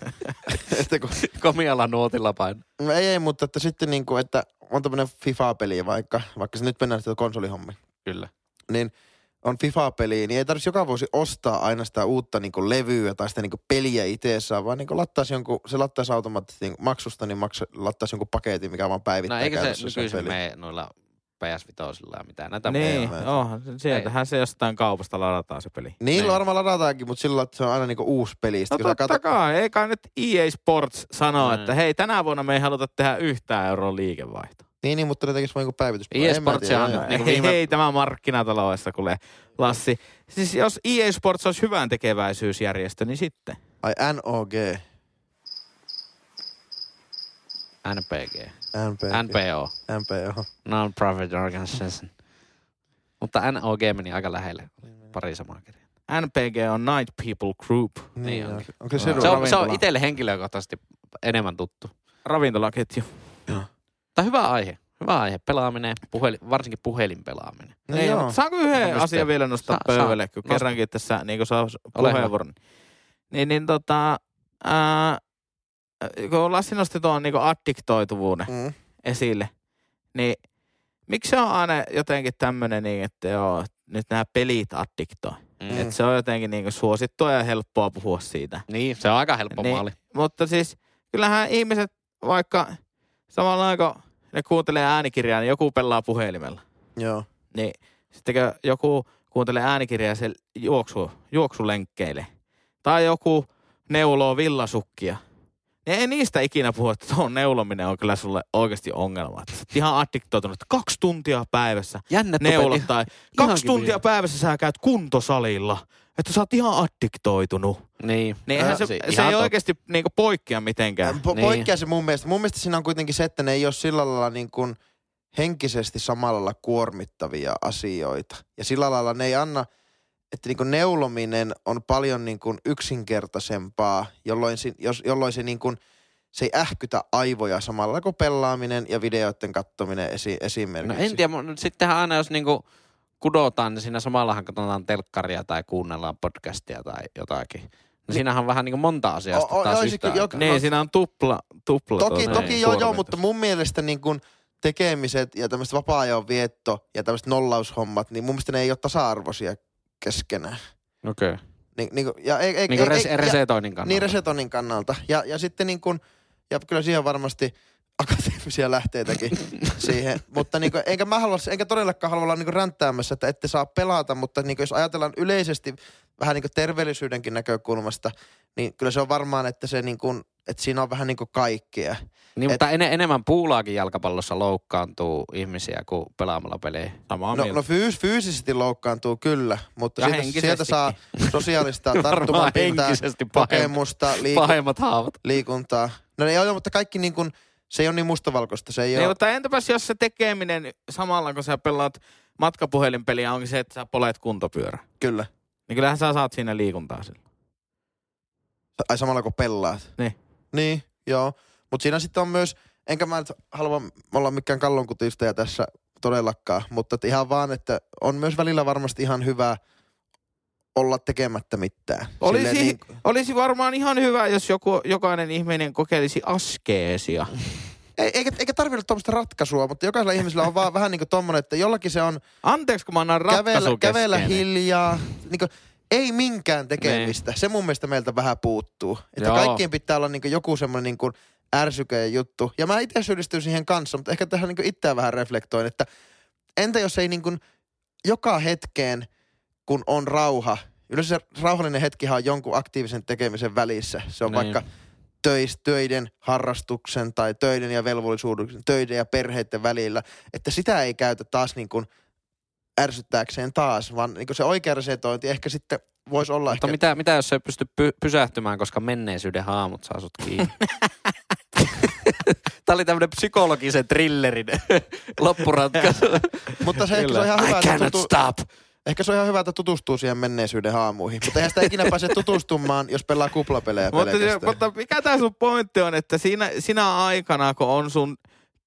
että kun, Komialla nuotilla paino. no ei, ei, mutta että sitten niinku, että on tämmönen FIFA-peli vaikka, vaikka se nyt mennään sitten konsolihommiin, Kyllä. niin on FIFA-peli, niin ei tarvitsisi joka vuosi ostaa aina sitä uutta niinku levyä tai sitä niinku peliä itseessään, vaan niinku lattaisi jonkun, se lattaisi automaattisesti niinku maksusta, niin maksa, lattaisi jonkun paketin, mikä vaan päivittää No eikö se käytännössä sen nykyisin pelin. mene noilla ps 5 ja mitään näitä niin, ei muuta. ole. joo, sieltähän se jostain kaupasta ladataan se peli. Niin, Niin. niin. varmaan ladataankin, mutta sillä lailla, että se on aina niinku uusi peli. No Sitten kun sä totta katot- kai, ei kai nyt EA Sports sanoa, Mm. että hei, tänä vuonna me ei haluta tehdä yhtään euroa liikevaihtoa. Niin, niin, mutta ne tekis vaan joku päivitys. EA En mä Sports tiedä, on- joo. Niin kuin Niin ei, viime- ei tämä markkinataloudessa kuule, Lassi. Siis jos EA Sports olisi hyvän tekeväisyysjärjestö, niin sitten. Ai NOG. NPG. NP. NPO. NP, joo. Non-profit organization. Mutta NOG meni aika lähelle. Pari samaa kirjaa. NPG on Night People Group. Niin Niin, onkin. onkin. Onko se Joo. Se edun? on, se on ravintola. itselle henkilökohtaisesti enemmän tuttu. Ravintolaketju. Tämä hyvä aihe. Hyvä aihe. Pelaaminen, puheli, varsinkin puhelinpelaaminen. No ei, joo. mutta Niin, saanko yhden Mistä? asian vielä nostaa Saa- saa. pöydälle, kun Nosta. kerrankin tässä niin kuin saa s- Ole puheenvuoron. Niin, niin tota, ää, kun Lassi nosti tuon niin addiktoituvuuden Mm. esille, niin miksi se on aina jotenkin tämmöinen niin, että joo, nyt nämä pelit addiktoi. Mm. Että se on jotenkin niin suosittua ja helppoa puhua siitä. Niin, se on aika helppo Niin. maali. Mutta siis kyllähän ihmiset, vaikka samalla kun ne kuuntelee äänikirjaa, niin joku pelaa puhelimella. Joo. Niin sitten kun joku kuuntelee äänikirjaa se juoksu, juoksulenkkeille. Tai joku neuloo villasukkia. Niin ei niistä ikinä puhu, että tuo neulominen on kyllä sulle oikeasti ongelma. Että sä oot ihan addiktoitunut. Kaksi tuntia päivässä Jännä neulot tai kaksi ihankin tuntia vielä. päivässä sä käyt kuntosalilla. Että sä oot ihan addiktoitunut. Niin. Niin Äh, eihän se, se, ihan se ei totta. oikeasti niinku poikkea mitenkään. Po- Niin. poikkeaa se mun mielestä. Mun mielestä siinä on kuitenkin se, että ne ei ole sillä lailla niin kuin henkisesti samalla lailla kuormittavia asioita. Ja sillä lailla ne ei anna, että niin kuin neulominen on paljon niin kuin yksinkertaisempaa, jolloin, si- jos, jolloin se, niin kuin, se ei ähkytä aivoja samalla kuin pelaaminen ja videoiden kattominen esi- No esimerkiksi. en tiedä, mun- nyt sittenhän aina jos niinku kudotaan, niin siinä samallahan katsotaan telkkaria tai kuunnellaan podcastia tai jotakin. No siinähän on vähän niinku monta asiaa O- sitten o- taas olisi yhtä kyllä aikaa. No- Niin, siinä on tupla, tupla Toki, tuo tuota toki niin, joo, joo, kuormitus. mutta mun mielestä niin kun tekemiset ja tämmöiset vapaa-ajan vietto ja tämmöiset nollaushommat, niin mun mielestä ne ei ole tasa-arvoisia keskenään. Okei. Okay. Ni, niin, ja ei, Niin kuin ei, ei, Niinku res- ei, ja, resetoinnin kannalta. niin resetonin kannalta. Ja, ja sitten niin kun, ja kyllä siihen on varmasti akateemisia lähteitäkin siihen. Mutta niin kuin, enkä mä halua, enkä todellakaan halua olla niin ränttäämässä, että ette saa pelata, mutta niin jos ajatellaan yleisesti vähän niin terveellisyydenkin näkökulmasta, niin kyllä se on varmaan, että se niin kun, että siinä on vähän niin kaikkea. Niin, mutta en, enemmän puulaakin jalkapallossa loukkaantuu ihmisiä kuin pelaamalla pelejä. Samaa No, mieltä. no fyys, fyysisesti loukkaantuu kyllä, mutta Ja sieltä, sieltä saa sosiaalista Varmaan tarttumapintaa, henkisesti pahemmat, kokemusta, liiku- pahemmat haavat. liikuntaa. No ei ole, mutta kaikki niin kuin, se ei ole niin mustavalkoista, se ei Niin, ole. mutta entäpäs jos se tekeminen samalla, kun sä pelaat matkapuhelinpeliä, onkin se, että sä polet kuntopyörä. Kyllä. Niin kyllähän sä saat siinä liikuntaa sillä. Ai samalla kun pelaat. Niin. Niin, joo. Mutta siinä sitten on myös, enkä mä nyt halua olla mikään kallonkutistaja tässä todellakaan, mutta et ihan vaan, että on myös välillä varmasti ihan hyvä olla tekemättä mitään. Olisi, Silleen niin... olisi varmaan ihan hyvä, jos joku, jokainen ihminen kokeilisi askeesia. Ei, eikä, eikä tarvitse tuommoista ratkaisua, mutta jokaisella ihmisellä on vaan vähän niin kuin tommonen, että jollakin se on Anteeksi, kun mä annan kävellä, ratkaisu kävellä kesken. hiljaa, niin kuin, ei minkään tekemistä. Se mun mielestä meiltä vähän puuttuu. Että Joo. Joo. kaikkien pitää olla niin kuin joku semmoinen niin kuin ärsyke juttu. Ja mä itse syyllistyn siihen kanssa, mutta ehkä tähän niin kuin itseään vähän reflektoin, että entä jos ei niin kuin joka hetkeen, kun on rauha, yleensä se rauhallinen hetkihan on jonkun aktiivisen tekemisen välissä. Se on Niin. niin. vaikka töis, töiden, harrastuksen tai töiden ja velvollisuuden, töiden ja perheiden välillä, että sitä ei käytä taas niin kuin ärsyttääkseen taas, vaan niin kuin se oikea resetointi ehkä sitten voisi olla Mutta ehkä... mitä, mitä jos ei pysty py- pysähtymään, koska menneisyyden haamut saa sut kiinni? Tämä oli tämmönen psykologisen thrillerin loppuratkaisu. mutta se, ehkä se on ihan hyvä, I että cannot tutu, stop. ehkä se on ihan hyvä, että tutustuu siihen menneisyyden haamuihin. Mutta eihän sitä ikinä pääse tutustumaan, jos pelaa kuplapelejä Mutta, se, pelkästään. mutta mikä tämä sun pointti on, että siinä, sinä aikana, kun on sun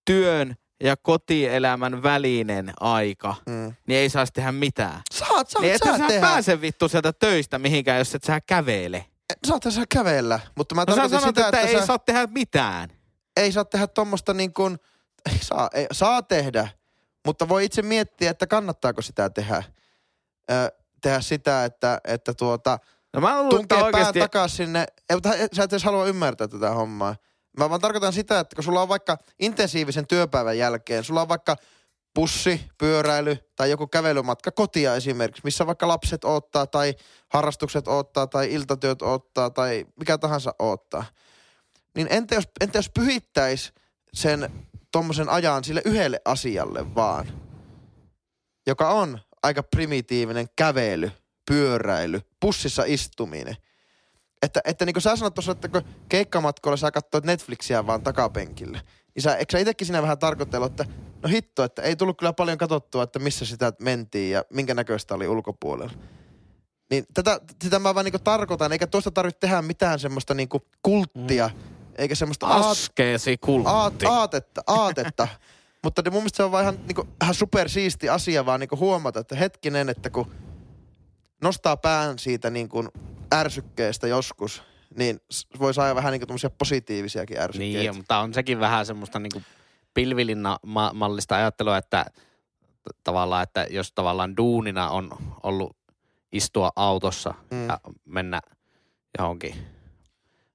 työn ja kotielämän välinen aika, Mm. niin ei saisi tehdä mitään. Saat, saat, Niin et sä, saat tehdä. pääse vittu sieltä töistä mihinkään, jos et sä kävele. Saat sä kävellä, mutta mä No sä tarkoitan sanot, sitä, että, että, ei sä, saa tehdä mitään. ei saa tehdä tuommoista niin kuin, ei saa, ei, saa tehdä, mutta voi itse miettiä, että kannattaako sitä tehdä. Ö, tehdä sitä, että, että tuota, No mä luulen, että tunkee oikeasti... pää takas sinne. Ei, mutta sä et edes halua ymmärtää tätä hommaa. Mä vaan tarkoitan sitä, että kun sulla on vaikka intensiivisen työpäivän jälkeen, sulla on vaikka pussi, pyöräily tai joku kävelymatka kotia esimerkiksi, missä vaikka lapset odottaa tai harrastukset odottaa tai iltatyöt odottaa tai mikä tahansa odottaa. Niin entä jos, entä jos pyhittäis sen tommosen ajan sille yhdelle asialle vaan, joka on aika primitiivinen kävely, pyöräily, pussissa istuminen. Että, että niin kuin sä sanot tuossa, että kun keikkamatkoilla sä katsoit Netflixiä vaan takapenkillä, niin sä, eikö sä itsekin siinä vähän tarkoitellut, että no hitto, että ei tullut kyllä paljon katsottua, että missä sitä mentiin ja minkä näköistä oli ulkopuolella. Niin tätä, sitä mä vaan niinku tarkoitan, eikä tuosta tarvitse tehdä mitään semmoista niinku kulttia, eikä semmoista aat- Askeesi kultti. Aat, aatetta, aatetta. Niin. Mutta ne- mun mielestä se on vaan ihan, niinku, ihan supersiisti asia vaan niinku huomata, että hetkinen, että kun nostaa pään siitä niinku, ärsykkeestä joskus, niin s- voi saada vähän niinku tommosia positiivisiakin ärsykkeitä. Niin, ja, mutta on sekin vähän semmoista niin pilvilinna-mallista ajattelua, että t- tavallaan, että jos tavallaan duunina on ollut istua autossa Mm. mm. ja mennä johonkin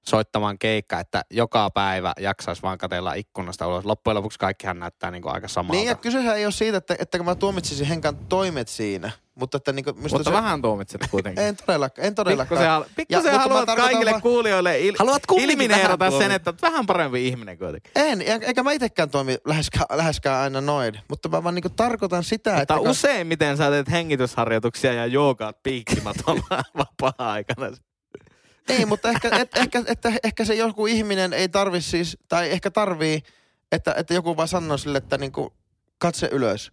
soittamaan keikka, että joka päivä jaksaisi vaan katella ikkunasta ulos. Loppujen lopuksi kaikkihan näyttää niin kuin aika samalta. Niin, ja kysehän ei ole siitä, että, että kun mä tuomitsisin Henkan toimet siinä, mutta että niinku, musta Mutta se, vähän tuomitset kuitenkin. En todellakaan, en todellakaan. Pikkusen, hal- pikkusen mutta mä haluat tarkoitan kaikille vaan- kuulijoille il- Haluat kumminkin ilmineerata vähän sen, tuomita. että oot vähän parempi ihminen kuitenkin. En, e- eikä mä itsekään toimi läheskään, läheskään aina noin, mutta mä vaan niinku tarkoitan sitä, Mutta että... kun- useimmiten sä teet hengitysharjoituksia ja joogaat piikkimaton vapaa-aikana. Ei, Niin, mutta ehkä, et, ehkä, että, ehkä se joku ihminen ei tarvi siis, tai ehkä tarvii, että, että joku vaan sanoo sille, että niinku, katse ylös.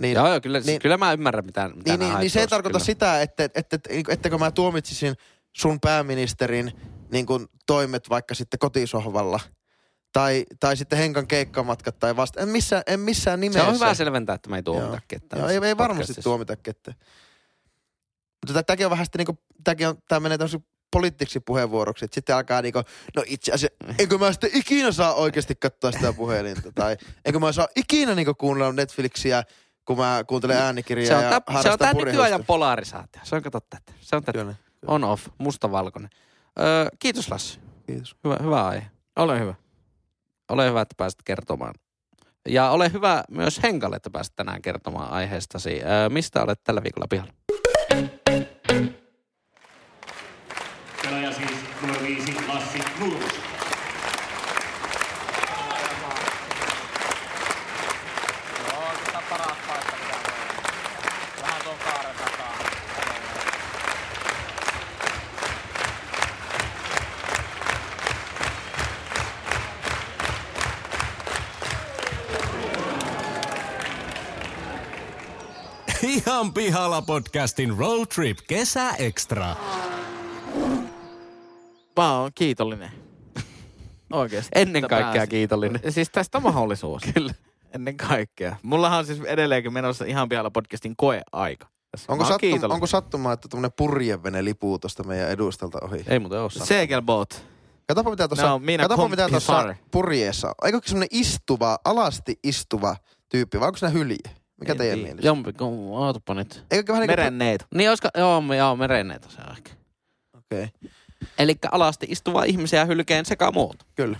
Niin, Joo, joo, kyllä, Niin- niin, kyllä mä ymmärrän, mitä, mitä niin, nämä niin, niin haet se ei tuossa, tarkoita kyllä. sitä, että, että, että, että kun mä tuomitsisin sun pääministerin niin kun toimet vaikka sitten kotisohvalla, tai, tai sitten Henkan keikkamatkat tai vasta. En missään, en missään Se nimessä. on hyvä selventää, että me ei tuomita Joo. ketään. Joo, ei, ei varmasti tuomita ketään. Mutta tämäkin on vähän sitten niinku, tämäkin on, tää menee tämmöisen poliittiksi puheenvuoroksi, että sitten alkaa niinku, no itse asiassa, enkö mä sitten ikinä saa oikeasti katsoa sitä puhelinta, tai enkö mä saa ikinä niinku kuunnella Netflixiä, kun mä kuuntelen Se äänikirjaa on, ja tä, se on harrastan tämän purjehdusta. nykyajan polarisaatio. Se on, kato tätä. Se on tätä. Kyllä, On off, mustavalkoinen. Öö, kiitos Lassi. kiitos. Hyvä, hyvä aihe. Ole hyvä. Ole hyvä, että pääsit kertomaan. Ja ole hyvä myös Henkalle, että pääsit tänään kertomaan aiheestasi. Öö, mistä olet tällä viikolla pihalla? Pelaaja siis numero viisi, Lassi Nurmos. Joo, sitä paras paikka mitä on. Vähän tuon kaaren takaa. Ihan pihalla podcastin Road Trip Kesä Extra. Mä oon kiitollinen. Oikeesti. Ennen Että kaikkea pääsin. kiitollinen. Siis tästä on mahdollisuus. Kyllä. Ennen kaikkea. Mullahan on siis edelleenkin menossa ihan vielä podcastin koeaika. Tässä Onko, mä oon sattum, kiitollinen. onko sattumaa, että tuommoinen purjevene lipuu tuosta meidän edustalta ohi? Ei muuten ole sanonut. Segelboat. Katsopa mitä tuossa No, minä katsopa, kom- mitä tuossa pisar. purjeessa on. Eikö semmoinen istuva, alasti istuva tyyppi, vai onko se hylje? Mikä En teidän tiedä. mielessä? Jompi, kun ootapa nyt. Eikö vähän niinku- Merenneet. Niin olisiko, joo, me- joo, merenneitä se on ehkä. Okei, Eli alasti istuvaa ihmisiä hylkeen sekä muut. kyllä.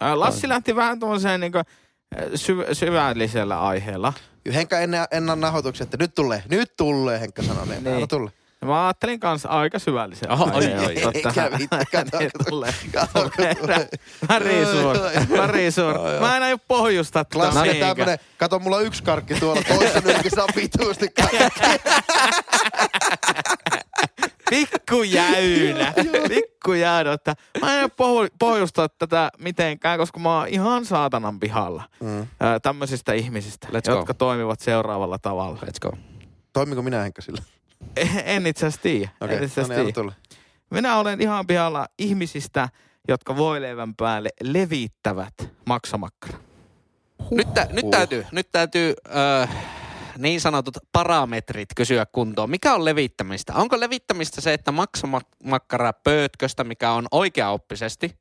Ää, Lassi lähti vähän tuollaiseen niinku ää, syv- syvällisellä aiheella. Henkka ennen, ennen nahoituksen, että nyt tulee, nyt tulee, Henkka sanoi. Niin, Niin. niin. tulee. Ja Mä ajattelin kanssa aika syvällisen. Oho, aiheen oi, oi, ottaa Eikä tähän. mitään, kato, Niin, kato. tulee. Kato, kun Tulee. tulee. Mä riisuun. Oi, oi. Mä riisuun. Joo, joo. Mä en aio pohjustaa tätä Klassinen mihinkään. tämmönen, kato mulla on yksi karkki tuolla, toisen nyrkin saa pituusti kaikki. Pikku jäynä. Pikku jäynä. Että mä en aio pohu- pohjustaa tätä mitenkään, koska mä oon ihan saatanan pihalla. Mm. Ää, tämmöisistä ihmisistä, Let's go. jotka toimivat seuraavalla tavalla. Let's go. Toimiko minä Henkka sillä? En itse asiassa tiedä. En Okei, itse okay. asiassa no niin, anna tiedä. tulla. Minä olen ihan pihalla ihmisistä, jotka voileivän päälle levittävät maksamakkaran. Nyt, tä, nyt täytyy, nyt täytyy ö, niin sanotut parametrit kysyä kuntoon. Mikä on levittämistä? Onko levittämistä se, että maksamakkara pöötköstä, mikä on oikeaoppisesti,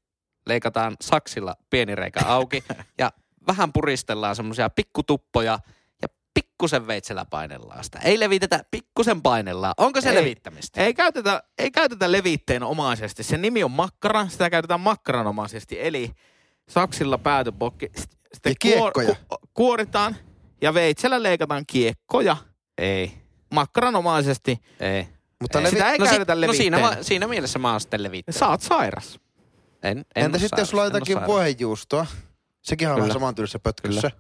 leikataan saksilla pieni reikä auki ja vähän puristellaan semmoisia pikkutuppoja ja pikkusen veitsellä painellaan sitä. Ei levitetä, pikkusen painellaan. Onko se Ei. levittämistä? Ei käytetä, ei käytetä levitteen omaisesti. Sen nimi on makkara, sitä käytetään makkaranomaisesti. Eli saksilla päätypokki. s- Sitten Ja kiekkoja. ku, kuoritaan ja veitsellä leikataan kiekkoja Ei. makkaranomaisesti. Ei. Mutta levi... Sitä ei no käytetä no siinä, levitteenä. mä- siinä mielessä mä oon sitten levittänyt. Sä oot sairas. En, en entä oo sitten jos sairas, sulla on en oo jotakin sairas. vuohenjuustoa? Sekin on vähän Kyllä. saman tyylisessä pötkyssä.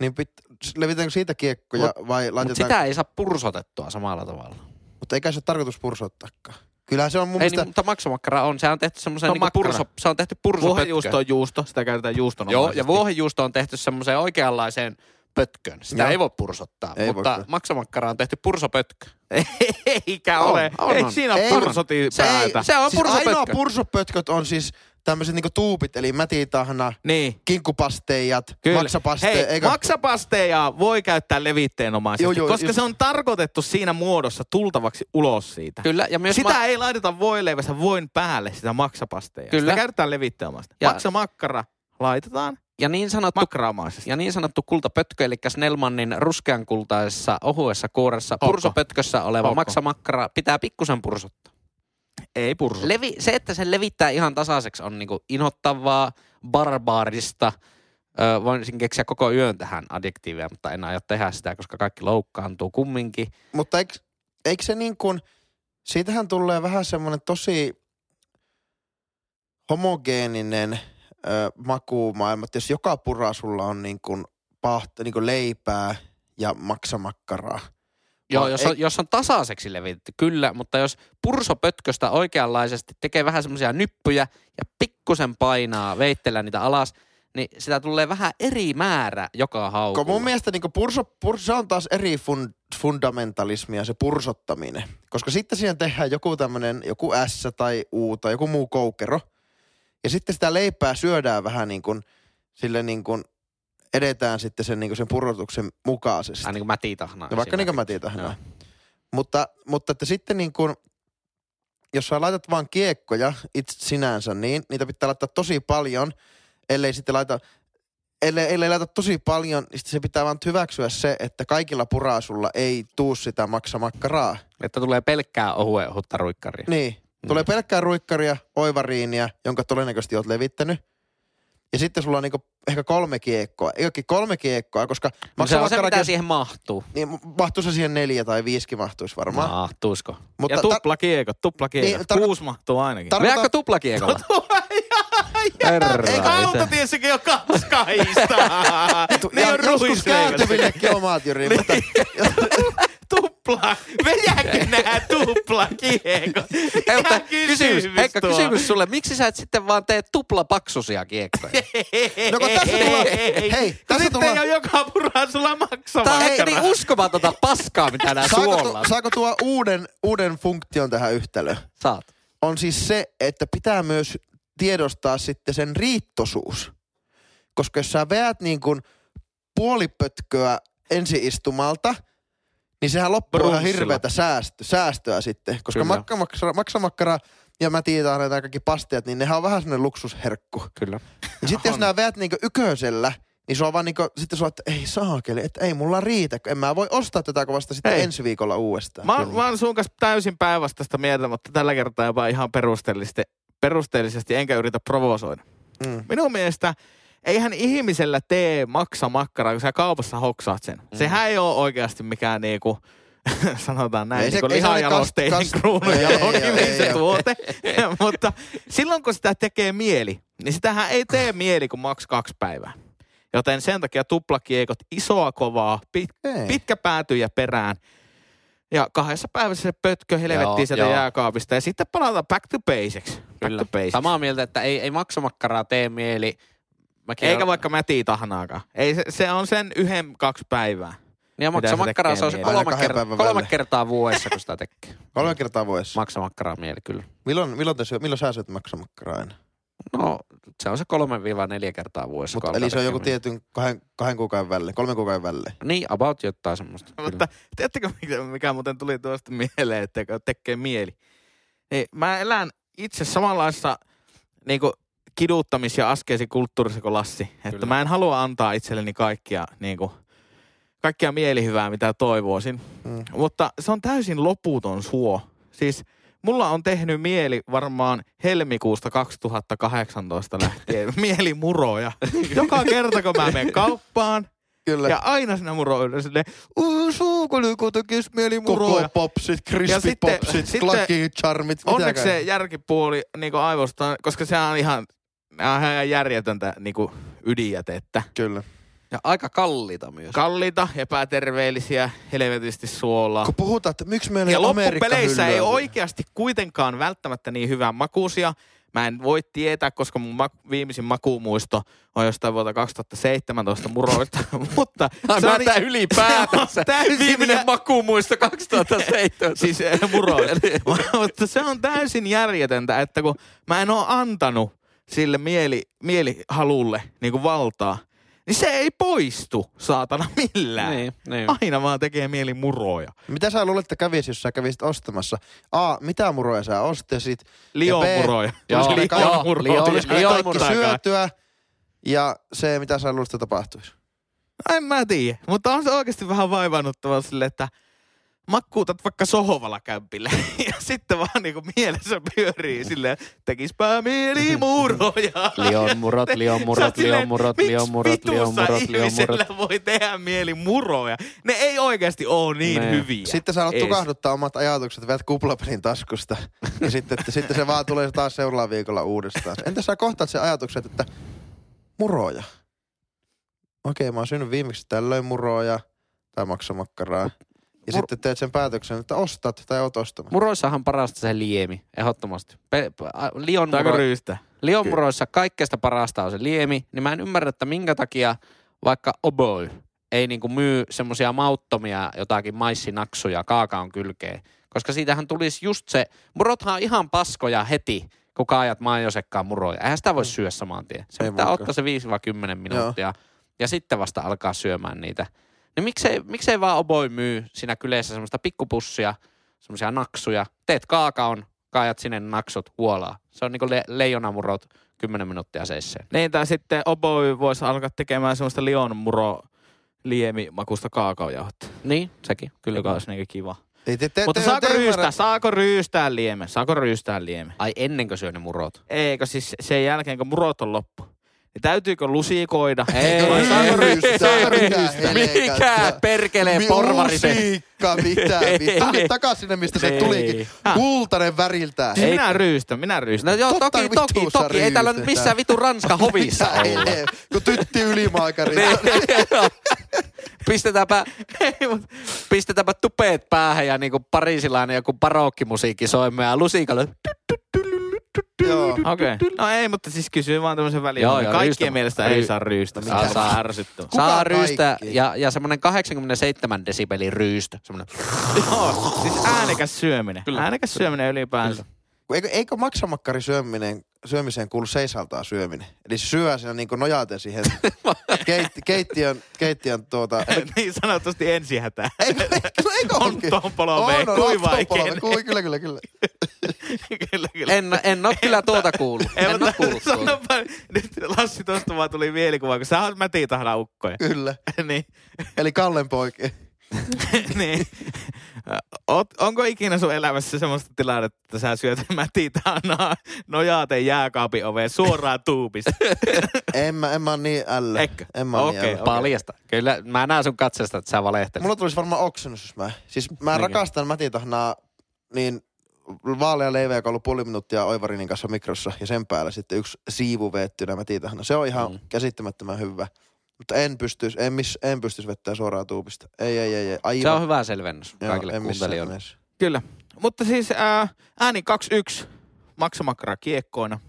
Niin pit, levitäänkö siitä kiekkoja vai Mut laitetaan... sitä ei saa pursotettua samalla tavalla. Mutta eikä se ole tarkoitus pursottaakaan. Kyllähän se on mun Ei, mielestä... niin, mutta maksamakkara on. Se on tehty Se semmoisen on niinku makkara. purso, se on tehty Vuohenjuusto pursopötkö. on juusto, sitä käytetään juustona. Joo, ja vuohenjuusto on tehty semmoiseen oikeanlaiseen pötkön. Sitä Joo. ei voi pursottaa, Ei mutta voi. maksamakkara on tehty pursopötkö. Eikä On, ole. on, ei on. siinä Ei, pursoti Se, ei, päätä. se on siis pursopötkö. ainoa pursopötköt on siis tämmöiset niinku tuupit, eli mätitahna, Niin. kinkkupasteijat, Kyllä. maksapasteja. Hei, maksapasteja voi käyttää levitteenomaisesti, Joo, joo, koska just- se on tarkoitettu siinä muodossa tultavaksi ulos siitä. Kyllä, ja myös Sitä ma- ei laiteta voileivässä voin päälle, sitä maksapasteja. Kyllä. Sitä käytetään levitteenomaisesti. Ja- Maksamakkara laitetaan ja niin sanottu makkaraamaisesti. ja niin sanottu kultapötkö, eli Snellmannin ruskean kultaisessa ohuessa kuoressa pursopötkössä oleva Haukko. maksamakkara pitää pikkusen pursottaa. Ei pursu. Mm. Levi, se, että se levittää ihan tasaiseksi on niinku inhottavaa, barbaarista. Ö, voisin keksiä koko yön tähän adjektiiveja, mutta en aio tehdä sitä, koska kaikki loukkaantuu kumminkin. Mutta eikö, eikö se niin kuin, siitähän tulee vähän semmoinen tosi homogeeninen ö, makumaailma, että jos joka pura sulla on niin kuin, paht, niin kuin leipää ja maksamakkaraa. Joo, No, jos, ei- on, jos on tasaiseksi levitetty, kyllä, mutta jos pursopötköstä oikeanlaisesti tekee vähän semmoisia nyppyjä ja pikkusen painaa, veittelee niitä alas, niin sitä tulee vähän eri määrä joka Kun haukulla. mun mielestä niin purso, purso, se on taas eri fun, fundamentalismia se pursottaminen. Koska sitten siihen tehdään joku tämmönen, joku S tai U tai joku muu koukero. Ja sitten sitä leipää syödään vähän niin kuin, sille niin kuin edetään sitten sen, niin kuin sen purrotuksen mukaisesti. Ai niin kuin mätitahna. No vaikka niin kuin mä tiedän Joo. Mutta, mutta että sitten niin kuin, jos sä laitat vaan kiekkoja itse sinänsä, niin niitä pitää laittaa tosi paljon, ellei sitten laita, ellei, ellei laita tosi paljon, niin sitten se pitää vaan nyt hyväksyä se, että kaikilla puraasulla ei tuu sitä maksamakkaraa. Että tulee pelkkää ohuen ohutta ruikkaria. Niin. Tulee pelkkää ruikkaria, oivariinia, jonka todennäköisesti oot levittänyt. Ja sitten sulla on niinku ehkä kolme kiekkoa. Ei olekin kolme kiekkoa, koska No se on se, maksamakkarakin, mitä jos- siihen mahtuu. niin mahtuisi se siihen neljä tai viisikin mahtuisi varmaan. Mahtuusko? Mutta ja tar- tuplakiekot, tuplakiekot. Niin, Niin, tarko- Kuusi mahtuu ainakin. Tar- Tar- Vedätkö tuplakiekolla? Eikä autotiessäkin ole kaskaista. ne ja on joskus ruisleivät. Niin. kääntyvillekin omat jyri, mutta Tupla. Vedäkö nää tuplakiekot? Ei, mutta Ihan kysymys, Heikka, tuo. kysymys sulle. Miksi sä et sitten vaan tee tuplapaksusia kiekkoja? no kun tässä tullaan, hei, tässä Niin. Sitten ei tullaan, ole joka puraa sulla maksaa. Tää on hei, niin uskomatonta paskaa, mitä nää saako, tu- suollaan. saako tuo uuden, uuden funktion tähän yhtälöön? Saat. On siis se, että pitää myös tiedostaa sitten sen riittosuus. Koska jos sä veät niin kuin puolipötköä ensiistumalta, niin sehän loppuu ihan Brunssilla. hirveätä säästö, säästöä sitten. Koska Kyllä. makkamakkara, maksamakkara ja mä tiedän näitä kaikki pasteet, niin nehän on vähän sellainen luksusherkku. Kyllä. Ja sitten jos nämä veät niinku yköisellä, niin se on vaan niinku, sitten sulla, että ei saakeli, että ei mulla riitä, kun en mä voi ostaa tätä kuin vasta sitten Hei. ensi viikolla uudestaan. Mä, oon- mä oon sun kanssa täysin päinvastaista mieltä, mutta tällä kertaa jopa ihan perusteellisesti, perusteellisesti enkä yritä provosoida. Mm. Minun mielestä eihän ihmisellä tee maksa makkaraa, kun sä kaupassa hoksaat sen. Mm. Sehän ei ole oikeasti mikään niinku, sanotaan näin, Ei ei se- niinku ei se ole lihajalosteinen kas- kas- kruununjalo ei, ei, nimi ei, se ei. tuote. Mutta silloin kun sitä tekee mieli, niin sitähän ei tee mieli kuin maks kaksi päivää. Joten sen takia tuplakiekot, isoa kovaa, pit, Ei. pitkä päätyjä perään. Ja kahdessa päivässä se pötkö helvettiin Joo, sieltä joo. jääkaapista. Ja sitten palataan back to basics. Back Kyllä. to basics. Samaa mieltä, että ei, ei maksamakkaraa tee mieli. Mäkin Eikä vaikka mätiä tahnaakaan. Ei, se, se on sen yhden, kaksi päivää. niin Ja mitä se maksamakkaraa tekee se on se mieli. Aina kolme, kahden kertaa, päivän kolme välein. kertaa vuodessa, kun sitä tekee. Kolme kertaa vuodessa. Maksamakkaraa mieli, kyllä. Milloin, milloin, te syö, milloin sä syöt maksamakkaraa aina? No, Se on se 3-4 kertaa vuodessa. Mut, kaltari eli se on joku käyminen. tietyn kahden, kahden kuukauden välle, kolmen kuukauden välle. Niin, about jotain semmoista. kyllä. Mutta tiedättekö, mikä, mikä muuten tuli tuosta mieleen, että kun tekee mieli. Niin, mä elän itse samanlaisessa niin kiduttamis- ja askeesikulttuurissa kuin Lassi. Että Kyllä. mä en halua antaa itselleni kaikkia, niin kuin, kaikkia mielihyvää, mitä toivoisin. Mm. Mutta se on täysin loputon suo. Siis mulla on tehnyt mieli varmaan helmikuusta 2018 lähtien mielimuroja. Joka kerta, kun mä menen kauppaan, Kyllä. ja aina sinä muroilla silleen, uu, suukuli kuitenkin mieli Koko muroja. popsit, Ja crispy sitten- popsit, sitten- clucky charmit, mitä Onneksi se kaikkea. järkipuoli niin aivosta, koska se on ihan, nää on ihan järjetöntä niin ydinjätettä. Kyllä. Ja aika kalliita myös. Kalliita, epäterveellisiä, helvetisti suolaa. Kun puhutaan, että miksi meillä Ja ei Amerikka loppupeleissä ei hyllyä. oikeasti kuitenkaan välttämättä niin hyvää makuusia. Mä en voi tietää, koska mun mak- viimeisin makuumuisto on jostain vuotta 2017 muroista, mutta... Ai, se mä on- tää ylipäätänsä. Se on niin- täysin jä- Viimeinen makuumuisto 2007. Siis eh, muroista. Niin. Mutta se on täysin järjetöntä, että kun mä en oo antanut sille mieli, mielihalulle niin kuin valtaa, niin se ei poistu saatana millään. Niin, niin. Aina vaan tekee mieli muroja. Mitä sä luulet, että kävisi, jos sä kävisit ostamassa? A, mitä muroja sä ostasit? Lion Ja B, muroja. Joo, Lion lion- muroja. lion- Olisiko ne Ei kaikki murtaakaan. syötyä? Ja se, mitä sä luulet, että tapahtuisi? En mä tiedä, mutta on se oikeasti vähän vaivannuttavaa sille, että makkuutat vaikka sohvalla kämpillä ja sitten vaan niinku mielessä pyörii silleen, tekispä mieli muroja. Lion murot, lion Sä oot murot, silleen, lion murot, miksi lion murot, lion vitussa murot, lion ihmisellä murot. voi tehdä mieli muroja. Ne ei oikeasti ole niin Ne. hyviä. Sitten sä alat Ees. tukahduttaa omat ajatukset, vedät kuplapelin taskusta. Ja sitten, että, sitten se vaan tulee taas seuraavalla viikolla uudestaan. Entä sä kohtaat sen ajatukset, että muroja? Okei, mä oon syönyt viimeksi tällöin muroja tai maksamakkaraa. Ja sitten teet sen päätöksen, että ostat tai oot ostamassa. Muroissahan parasta se liemi, ehdottomasti. Pe- pe- a- lion, Saako muro, ryystä? lion muroissa kaikkeesta parasta on se liemi, niin mä en ymmärrä, että minkä takia vaikka Oboy ei niinku myy semmoisia mauttomia jotakin maissinaksuja kaakaon kylkeen. Koska siitähän tulisi just se, murothan on ihan paskoja heti, kun kaajat majosekkaan muroja. Eihän Mm. sitä voi syödä saman tien. Se Ei pitää voikaan. ottaa se 5-10 minuuttia ja sitten vasta alkaa syömään niitä. Niin miksei, miksei vaan Oboi myy siinä kyleessä semmoista pikkupussia, semmoisia naksuja. Teet kaakaon, kaajat sinne naksut, huolaa. Se on niinku le- leijonamurot 10 minuuttia seisseen. Niin, tai sitten Oboi voisi alkaa tekemään semmoista lion muro liemimakusta kaakaojauhetta, Niin, sekin. Kyllä joka kai. olisi niinku kiva. Ei te, te, Mutta te- saako te ymmärrä- ryystää, saako ryystää liemen? Saako ryystää liemen? Ai ennen kuin syö ne murot. Eikö siis sen jälkeen, kun murot on loppu? Niin täytyykö lusikoida? Ei, Ei, saako ryystää? Saako ei, ryystää? Mikä perkelee Mi- porvarisen? Usiikka, mitä? vittu. Tuli takaisin sinne, mistä se Ei. tulikin. Ah. Kultainen väriltään. Siis minä ryystän, minä ryystän. No joo, Totta toki, vittu, toki, sä toki. Ei täällä nyt ryystetään. missään vitu Ranska hovissa Mitä ei, olla. ei, Kun tytti ylimaakari. Niin. Niin. pistetäänpä, pistetäänpä tupeet päähän ja niinku pariisilainen joku barokkimusiikki soimme ja lusikalle. Joo. Okei. Okay. No ei, mutta siis kysyy vaan tämmöisen väliin. Joo, joo, Kaikkien ryystämään. mielestä Ry- ei saa ryystää. Saa, Saa, saa. saa ärsyttämään. Kuka Saa kaikki? ryystä ja, ja semmonen 87 desibelin ryystö. Semmonen. Joo, siis äänekäs syöminen. Kyllä. Äänekäs syöminen ylipäänsä. Kun Eikö, eikö maksamakkari syöminen, syömiseen kuulu seisaltaa syöminen? Eli se syö siinä niin nojaten siihen keit, keittiön, keittiön tuota... niin sanotusti ensi Eikö, no eikö On onkin? tompolove, On, on, kui on tompolove, vaikein. kui- Kyllä, kyllä, kyllä. kyllä, kyllä. En, en oo kyllä tuota kuullut. Ei, En oo mutta kuullut tuota. sanopa, nyt Lassi tosta vaan tuli mielikuva, kun sä oot mätiin tahda ukkoja. Kyllä. niin, Eli Kallen poikki. niin. Oot, onko ikinä sun elämässä semmoista tilannetta, että sä syöt mätiin tahnaa nojaaten jääkaapin oveen suoraan tuubista? En mä, en mä oo niin ällö. Eikö? En mä oo niin Okei, ällö. Paljasta. Kyllä, mä näen sun katsesta, että sä valehtelet. Mulla tulisi varmaan oksennus, jos mä... Siis mä Niinkö? rakastan mätitahnaa, niin vaalea leivä, joka on ollut puoli minuuttia Oivarinin kanssa mikrossa, ja sen päällä sitten yksi siivu veettynä mätitahna. Se on ihan Mm. mm. käsittämättömän hyvä. Mutta en pystyisi, en, miss, en pystyisi vettää suoraan tuubista. Ei, ei, ei, ei. Aivan. Se on hyvä selvennys Joo, kaikille en missään kuuntelijoille. nimessä. Kyllä. Mutta siis ää, ääni 2-1 maksamakra kiekkoina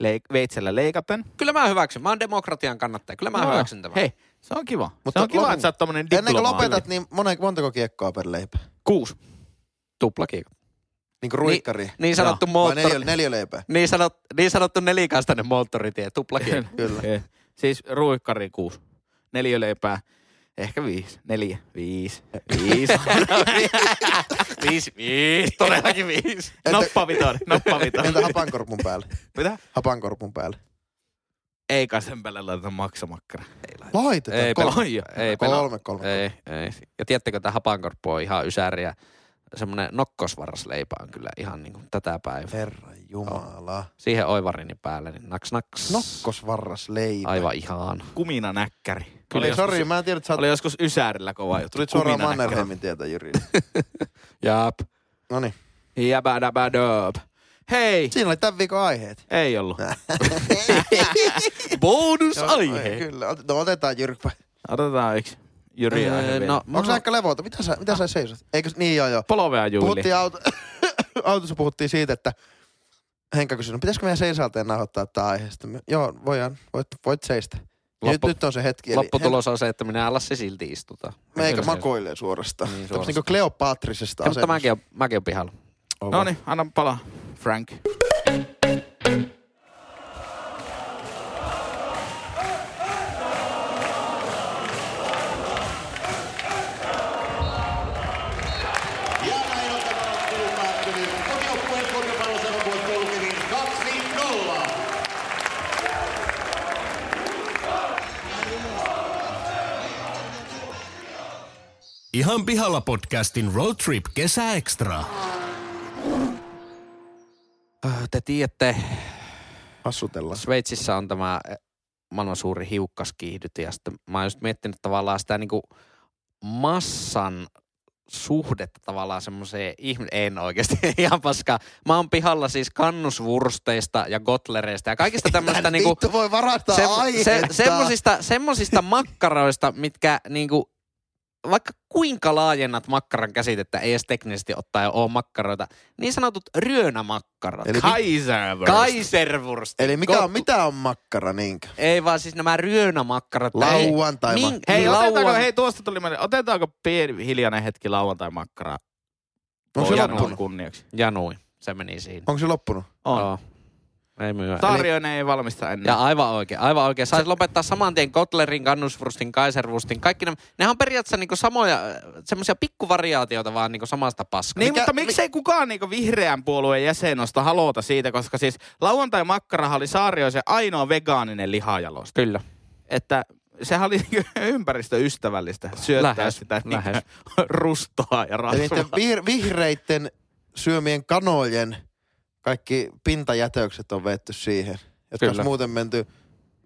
leik- veitsellä leikaten. Kyllä mä hyväksyn. Mä oon demokratian kannattaja. Kyllä mä Joo. hyväksyn tämän. Hei, se on kiva. Mutta Mutta se on kiva, lopun- että sä oot tommonen Ennen kuin diplomaatti. lopetat, niin monen, montako kiekkoa per leipä? Kuusi. Tuplakiikko. Niin kuin ruikkari. Ni, niin sanottu Vai moottori. neljä, neljäleipää. Niin, sanot, niin sanottu nelikaistainen moottoritie, tuplakin. Kyllä. Eh. Siis ruikkari kuusi. Neljä leipää. Ehkä viisi. Neljä. Viisi. Viisi. viisi, viisi, todellakin viisi. Entä- Nappavitoinen. Nappavitoinen. Entä hapankorpun päälle? Mitä? Hapankorpun päälle. Ei kai sen päälle laiteta maksamakkara. Laitetaan. Ei kolme, pelaa. Ai, Ei pelaa. kolme, kolme. Ei, ei. Ja tiedättekö, tämä hapankorppu on ihan ysäriä. Semmoinen nokkosvarasleipä on kyllä ihan niin kuin tätä päivää. Herra Jumala. Siihen oivarini päälle, niin naks naks. Nokkosvarras leipä. Aivan ihan. Kumina näkkäri. Kyllä, sori, mä en tiedä, että sä oot- Oli joskus Ysärillä kova juttu. tulit suoraan Kuminanäkkä. Mannerheimin tietä, Jyri. Jap. Noniin. Jäbädäbädööp. Hei! Siinä oli tämän viikon aiheet. Ei ollut. Äh. Joo, Kyllä. Ot- No otetaan Jyrkpä. Otetaan yksi Jyri Äh, Öö, aihe vielä. no, Onko sä ehkä levota? Mitä sä, mitä sä seisot? Eikö, niin joo joo. Polvea Juuli. Puhuttiin auto, autossa puhuttiin siitä, että Henkka kysyi, no pitäisikö meidän seisalteen nauhoittaa tämä aiheesta? Me, joo, voidaan. Voit, voit seistä. Loppu, nyt, Loppu- nyt on se hetki. Lopputulos on se, että minä alas se silti istuta. Me eikä Kyllä se- makoilee suorastaan. Niin, Niin, suorastaan. suorastaan. niin Kleopatrisesta Mutta asennosta. mäkin on, mäkin on pihalla. No niin, anna palaa. Frank. Ja näin on tämä ottelu päättynyt. Kotijoukkueen koripallosarjan voitto lukemin 2-0. Ihan pihalla podcastin Road Trip Kesä Extra. Öö, Te tiedätte, Hassutellaan. Sveitsissä on tämä eh, maailman suuri hiukkaskiihdyt ja sitten mä oon just miettinyt tavallaan sitä niinku massan suhdetta tavallaan semmoiseen ihminen, en oikeasti ihan paskaa. Mä oon pihalla siis kannusvursteista ja gotlereista ja kaikista tämmöistä Tän niinku vittu voi varastaa se, se, aihetta. semmosista, semmosista makkaroista, mitkä niinku, vaikka kuinka laajennat makkaran käsitettä, ei edes teknisesti ottaen ole makkaroita, niin sanotut ryönämakkarat. Eli- Kaiserwurst. Kaiserwurst. Eli mikä on, Kot- mitä on makkara niinkö? Ei vaan siis nämä ryönämakkarat. Lauantai Ei, makkara. Hei, niin, otetaanko, lauan- hei, tuosta tuli meille. Otetaanko pieni hiljainen hetki lauantai makkaraa? Onko se Pohjan No, loppunut? kunniaksi. Ja noin, se meni siinä. Onko se loppunut? On. Joo. Ei myöhään. Tarjoin ei valmista ennen. Ja aivan oikein, aivan oikein. Saisi lopettaa saman tien Kotlerin, Kannusfrustin, Kaiserwurstin. Kaikki nämä, nehän on periaatteessa niinku samoja, semmoisia pikkuvariaatioita vaan niinku samasta paskasta. Niin, Mikä- mutta miksei kukaan niinku vihreän puolueen jäsenosta haluta siitä, koska siis lauantai makkarahan oli Saarioisen ainoa vegaaninen lihajalosta. Kyllä. Että sehän oli niinku ympäristöystävällistä syöttää Lähes, sitä niinku lähes. rustoa ja Eli niiden rasvaa. vih- vihreitten syömien kanojen kaikki pintajätökset on vetty siihen. Jotka Kyllä. olisi muuten menty,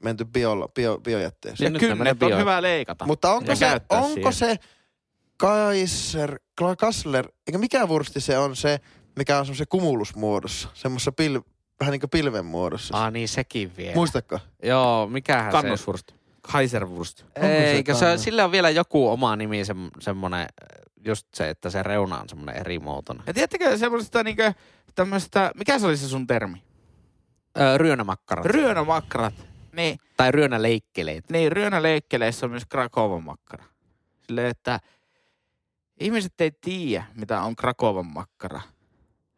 menty biolla, bio, biojätteeseen. Ja Niin nyt ne kynnet menee on bioon. hyvä leikata. Mutta onko Ja se, käyttää onko se Kaiser, Kla- Kassler, eikä mikä vursti se on se, mikä on semmoisen kumulusmuodossa, semmoisessa pil, vähän niin kuin pilven muodossa. Ah niin, sekin vielä. Muistatko? Joo, mikähän se... Kannuswurst. Kaiserwurst. Eikö Onko se se, kannus? sillä on vielä joku oma nimi, se, semmoinen, just se, että se reuna on semmoinen eri muotoinen. Ja tiedättekö semmoisesta niinku tämmöistä, mikä se oli se sun termi? Öö, ryönämakkarat. Ryönämakkarat. Niin, tai ryönäleikkeleet. niin ryönäleikkeleissä on myös Krakovan makkara. Silleen, että ihmiset ei tiedä, mitä on Krakovan makkara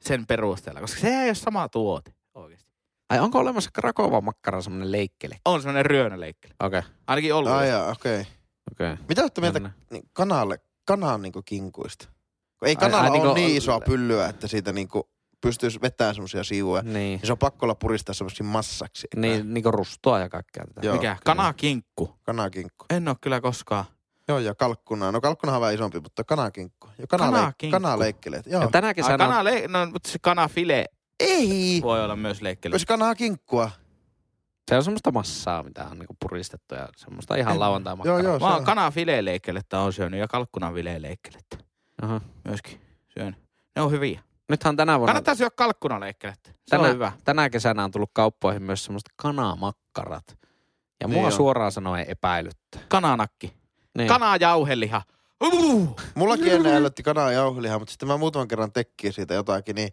sen perusteella, koska sehän ei ole sama tuote oikeasti. Ai onko olemassa Krakovan makkara semmoinen leikkele? On semmoinen ryönäleikkele. Okei, okay. Ainakin ollut. Ah, jaa, okei. Okay. okei. Okay. Mitä olette mieltä niin, kanalle, kanaan niin kinkuista? Kun ei kanalla ai ole niinku- niin isoa pyllyä, että siitä niin kuin pystyisi vetämään semmoisia sivuja. Niin. Niin se on pakko olla puristaa semmoisiin massaksi. Niin, niinku rustoa ja kaikkea tätä. Joo. Mikä? Kanakinkku. Kanakinkku. En ole kyllä koskaan. Joo, ja kalkkunaa. No kalkkuna on vähän isompi, mutta kanakinkku. Ja kanale- Kanakinkku. kanakinkku. kanaleikkelet. Joo. Ja tänä Kesänä... kesänä... Ah, kana le- no, mutta se kanafile Ei! voi olla myös leikkele. Jos kanaa kinkkua. Se on semmoista massaa, mitä on niinku puristettu ja semmoista ihan lauantai Joo, joo. Mä se oon on. kanafileeleikkelettä on syönyt ja kalkkunafileeleikkelettä Aha. myöskin syönyt. Ne on hyviä. Nythän tänä vuonna... Kannattaa syödä kalkkunaleikkelettä. Se tänä, on hyvä. tänä kesänä on tullut kauppoihin myös semmoiset kanamakkarat. Ja Niin mua on. suoraan sanoen epäilyttä. Kananakki. Niin. Kanajauheliha. Uh! Mullakin ennen ällötti kanaa jauhelihaa, mutta sitten mä muutaman kerran tekkiin siitä jotakin, niin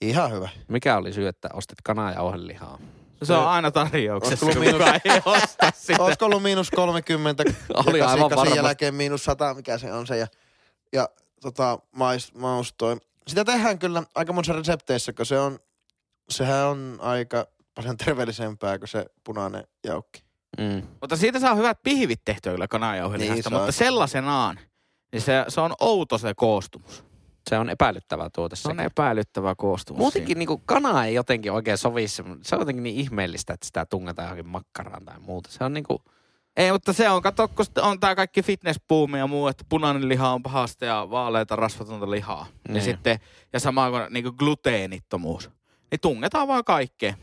ihan hyvä. Mikä oli syy, että ostit kanaa ja ohjelihaa? Se on aina tarjouksessa, Oot kun tullut kukaan ei osta sitä. Olisiko ollut miinus 30, Oli ja aivan kasin varmasti. jälkeen miinus 100, mikä se on se. Ja, ja tota, mais, maustoi sitä tehdään kyllä aika monissa resepteissä, kun se on, sehän on aika paljon terveellisempää kuin se punainen jaukki. Mm. Mutta siitä saa hyvät pihvit tehtyä kyllä Niin kananjauhelihasta, saa. mutta sellaisenaan, niin se, se on outo se koostumus. Se on epäilyttävää tuote. Se on sekin. epäilyttävä koostumus. No Muutenkin niin kana ei jotenkin oikein sovi. Se se on jotenkin niin ihmeellistä, että sitä tungetaan johonkin makkaraan tai muuta. Se on niin kuin, Ei, mutta se on, kato, kun sit on tää kaikki fitnessbuumi ja muu, että punainen liha on pahasta ja vaaleita rasvatonta lihaa. Niin. Ja sitten, ja sama kuin niinku gluteenittomuus. Niin tungetaan vaan kaikkea.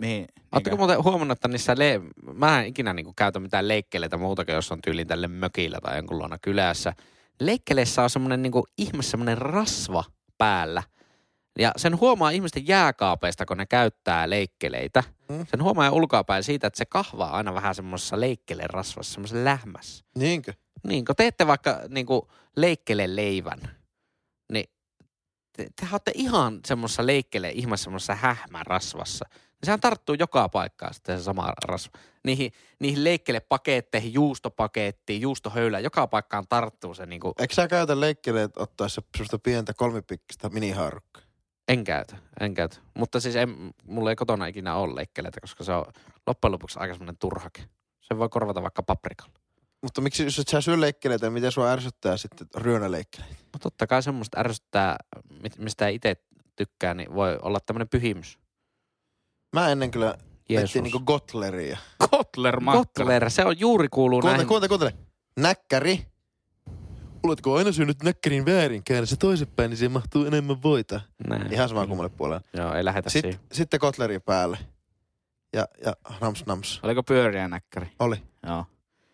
Niin, Oletteko niinku- muuten huomannut, että niissä le... Mä en ikinä niinku käytä mitään leikkeleitä muuta kuin jos on tyyliin tälle mökillä tai jonkun luona kylässä. Leikkeleissä on semmoinen niinku ihme semmoinen rasva päällä. Ja sen huomaa ihmisten jääkaapeista, kun ne käyttää leikkeleitä. Mm. Sen huomaa ulkoapäin siitä, että se kahvaa aina vähän semmoisessa leikkeleen rasvassa, semmoisessa lähmässä. Niinkö? Niin, kun teette vaikka niin kuin leikkele leivän, niin te, te olette ihan semmoisessa leikkele ihme semmoisessa hähmärasvassa. Niin sehän tarttuu joka paikkaan sitten se sama rasva. Niihin, niihin leikkelepaketteihin, juustopakettiin, juustohöylään, joka paikkaan tarttuu se niin kuin, Eikö sä käytä leikkeleet ottaessa semmoista pientä kolmipikkistä minihaarukkaa? en käytä, en käytä. Mutta siis en, mulla ei kotona ikinä ole leikkeleitä, koska se on loppujen lopuksi aika semmoinen turhake. Sen voi korvata vaikka paprikalla. Mutta miksi, jos et sä syö leikkeleitä, miten sua ärsyttää sitten ryönäleikkeleet? Mutta No totta kai semmoista ärsyttää, mit- mistä ei itse tykkää, niin voi olla tämmöinen pyhimys. Mä ennen kyllä Jeesus. Jeesus. niinku Gotleria. Kotler makkara. Kotler, se on juuri kuuluu Kuuntele, näihin. kuuntele, kuuntele. Näkkäri. Oletko aina syönyt näkkärin väärin? Käännä se toisinpäin, niin siihen mahtuu enemmän voita. Näin. Ihan sama kummalle puolelle. Joo, Niin. ei lähetä Sitten, siihen. sitten Kotleria päälle. Ja, ja nams nams. Oliko pyöriä näkkäri? Oli. Joo.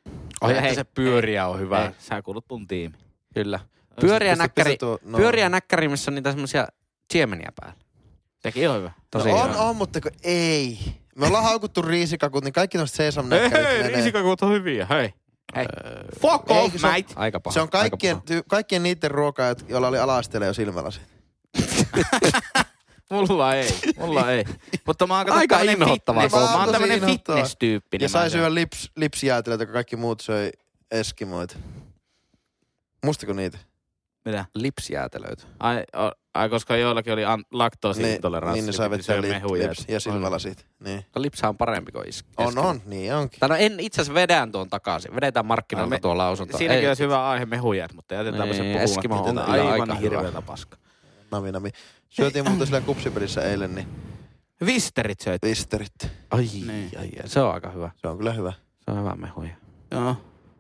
Ai, Ai, että hei, se pyöriä on hyvä. Ei, sä kuulut mun tiimi. Kyllä. Pyöriä Pistä- näkkäri, pistä tuo- no. pyöriä näkkäri, missä on niitä semmoisia siemeniä päällä. Sekin on hyvä. Tosi no on, hyvä. on, mutta kun ei. Me ollaan haukuttu riisikakut, niin kaikki noista sesam Ei, näkkärit hei, menee. riisikakut on hyviä, hei. Äh, hei. Fuck Ei, off, kun se on- mate. Aika paha. Se on kaikkien, aika ty, kaikkien niiden ruokaa, jot- joilla oli alastele jo silmälasit. Mulla ei, mulla ei. Mutta mä oon kato Aika tämmönen inhottavaa fitness- koko. Mä oon Tosi tämmönen inhottavaa. fitness-tyyppi. ja niin mä sai en- syödä lips, lipsijäätelöitä, kun kaikki muut söi eskimoita. Muistako niitä? Mitä? paha. Lipsijäätelöitä. Ai, o- ai koska joillakin oli an- laktoosiintoleranssi. niin ne sai piti syödä vetää lip, mehuja. lips, ja silmälasit. Niin. Lipsa on parempi kuin iski. On, on, niin onkin. Tai no en itse asiassa vedän tuon takaisin. Vedetään markkinoilta No me- tuo lausunto. Siinäkin Ei. olisi hyvä aihe mehujat, mutta jätetäänpä se Niin, puhumatta. Eskimo on Tätä kyllä aivan aika hirveätä paska. Nami, nami. Syötiin muuten sillä kupsipelissä eilen, niin Visterit söit. visterit. Ai, Niin. ai, ai, se on aika hyvä. Se on kyllä hyvä. Se on hyvä mehuja. Joo.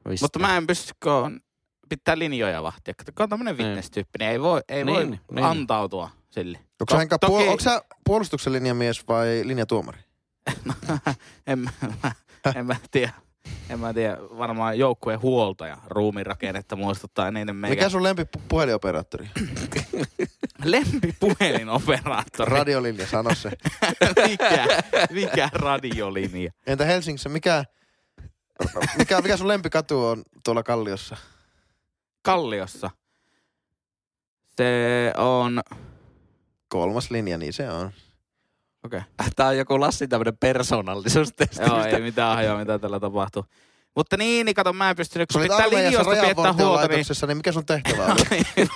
Vissi. Mutta mä en pysty, kun on- pitää linjoja vahtia. Kato, kun on tämmönen Niin. fitness-tyyppi, niin ei voi, ei Niin, voi niin. antautua sille. Onko, sä, toki- puol- onko sä puolustuksen linjamies vai linjatuomari? en, mä, en mä tiedä. En mä tiedä, varmaan joukkueen huoltaja ruumiin rakennetta muistuttaa eniten Mikä, meikä. Mikä sun lempi pu- puhelinoperaattori? Lempipuhelinoperaattori. Radiolinja, sano se. mikä, mikä radiolinja? Entä Helsingissä, mikä, mikä, mikä sun lempikatu on tuolla Kalliossa? Kalliossa. Se on... Kolmas linja, niin se on. Okei. Okay. Tää on joku Lassi tämmönen persoonallisuustesti. Joo, ei mitään hajoa, mitä tällä tapahtuu. Mutta niin, niin kato, mä en pystynyt, Kun kun sä olit pitää armeijassa linjoista piettää huolta, niin... rajavartiolaitoksessa, niin mikä sun tehtävä on?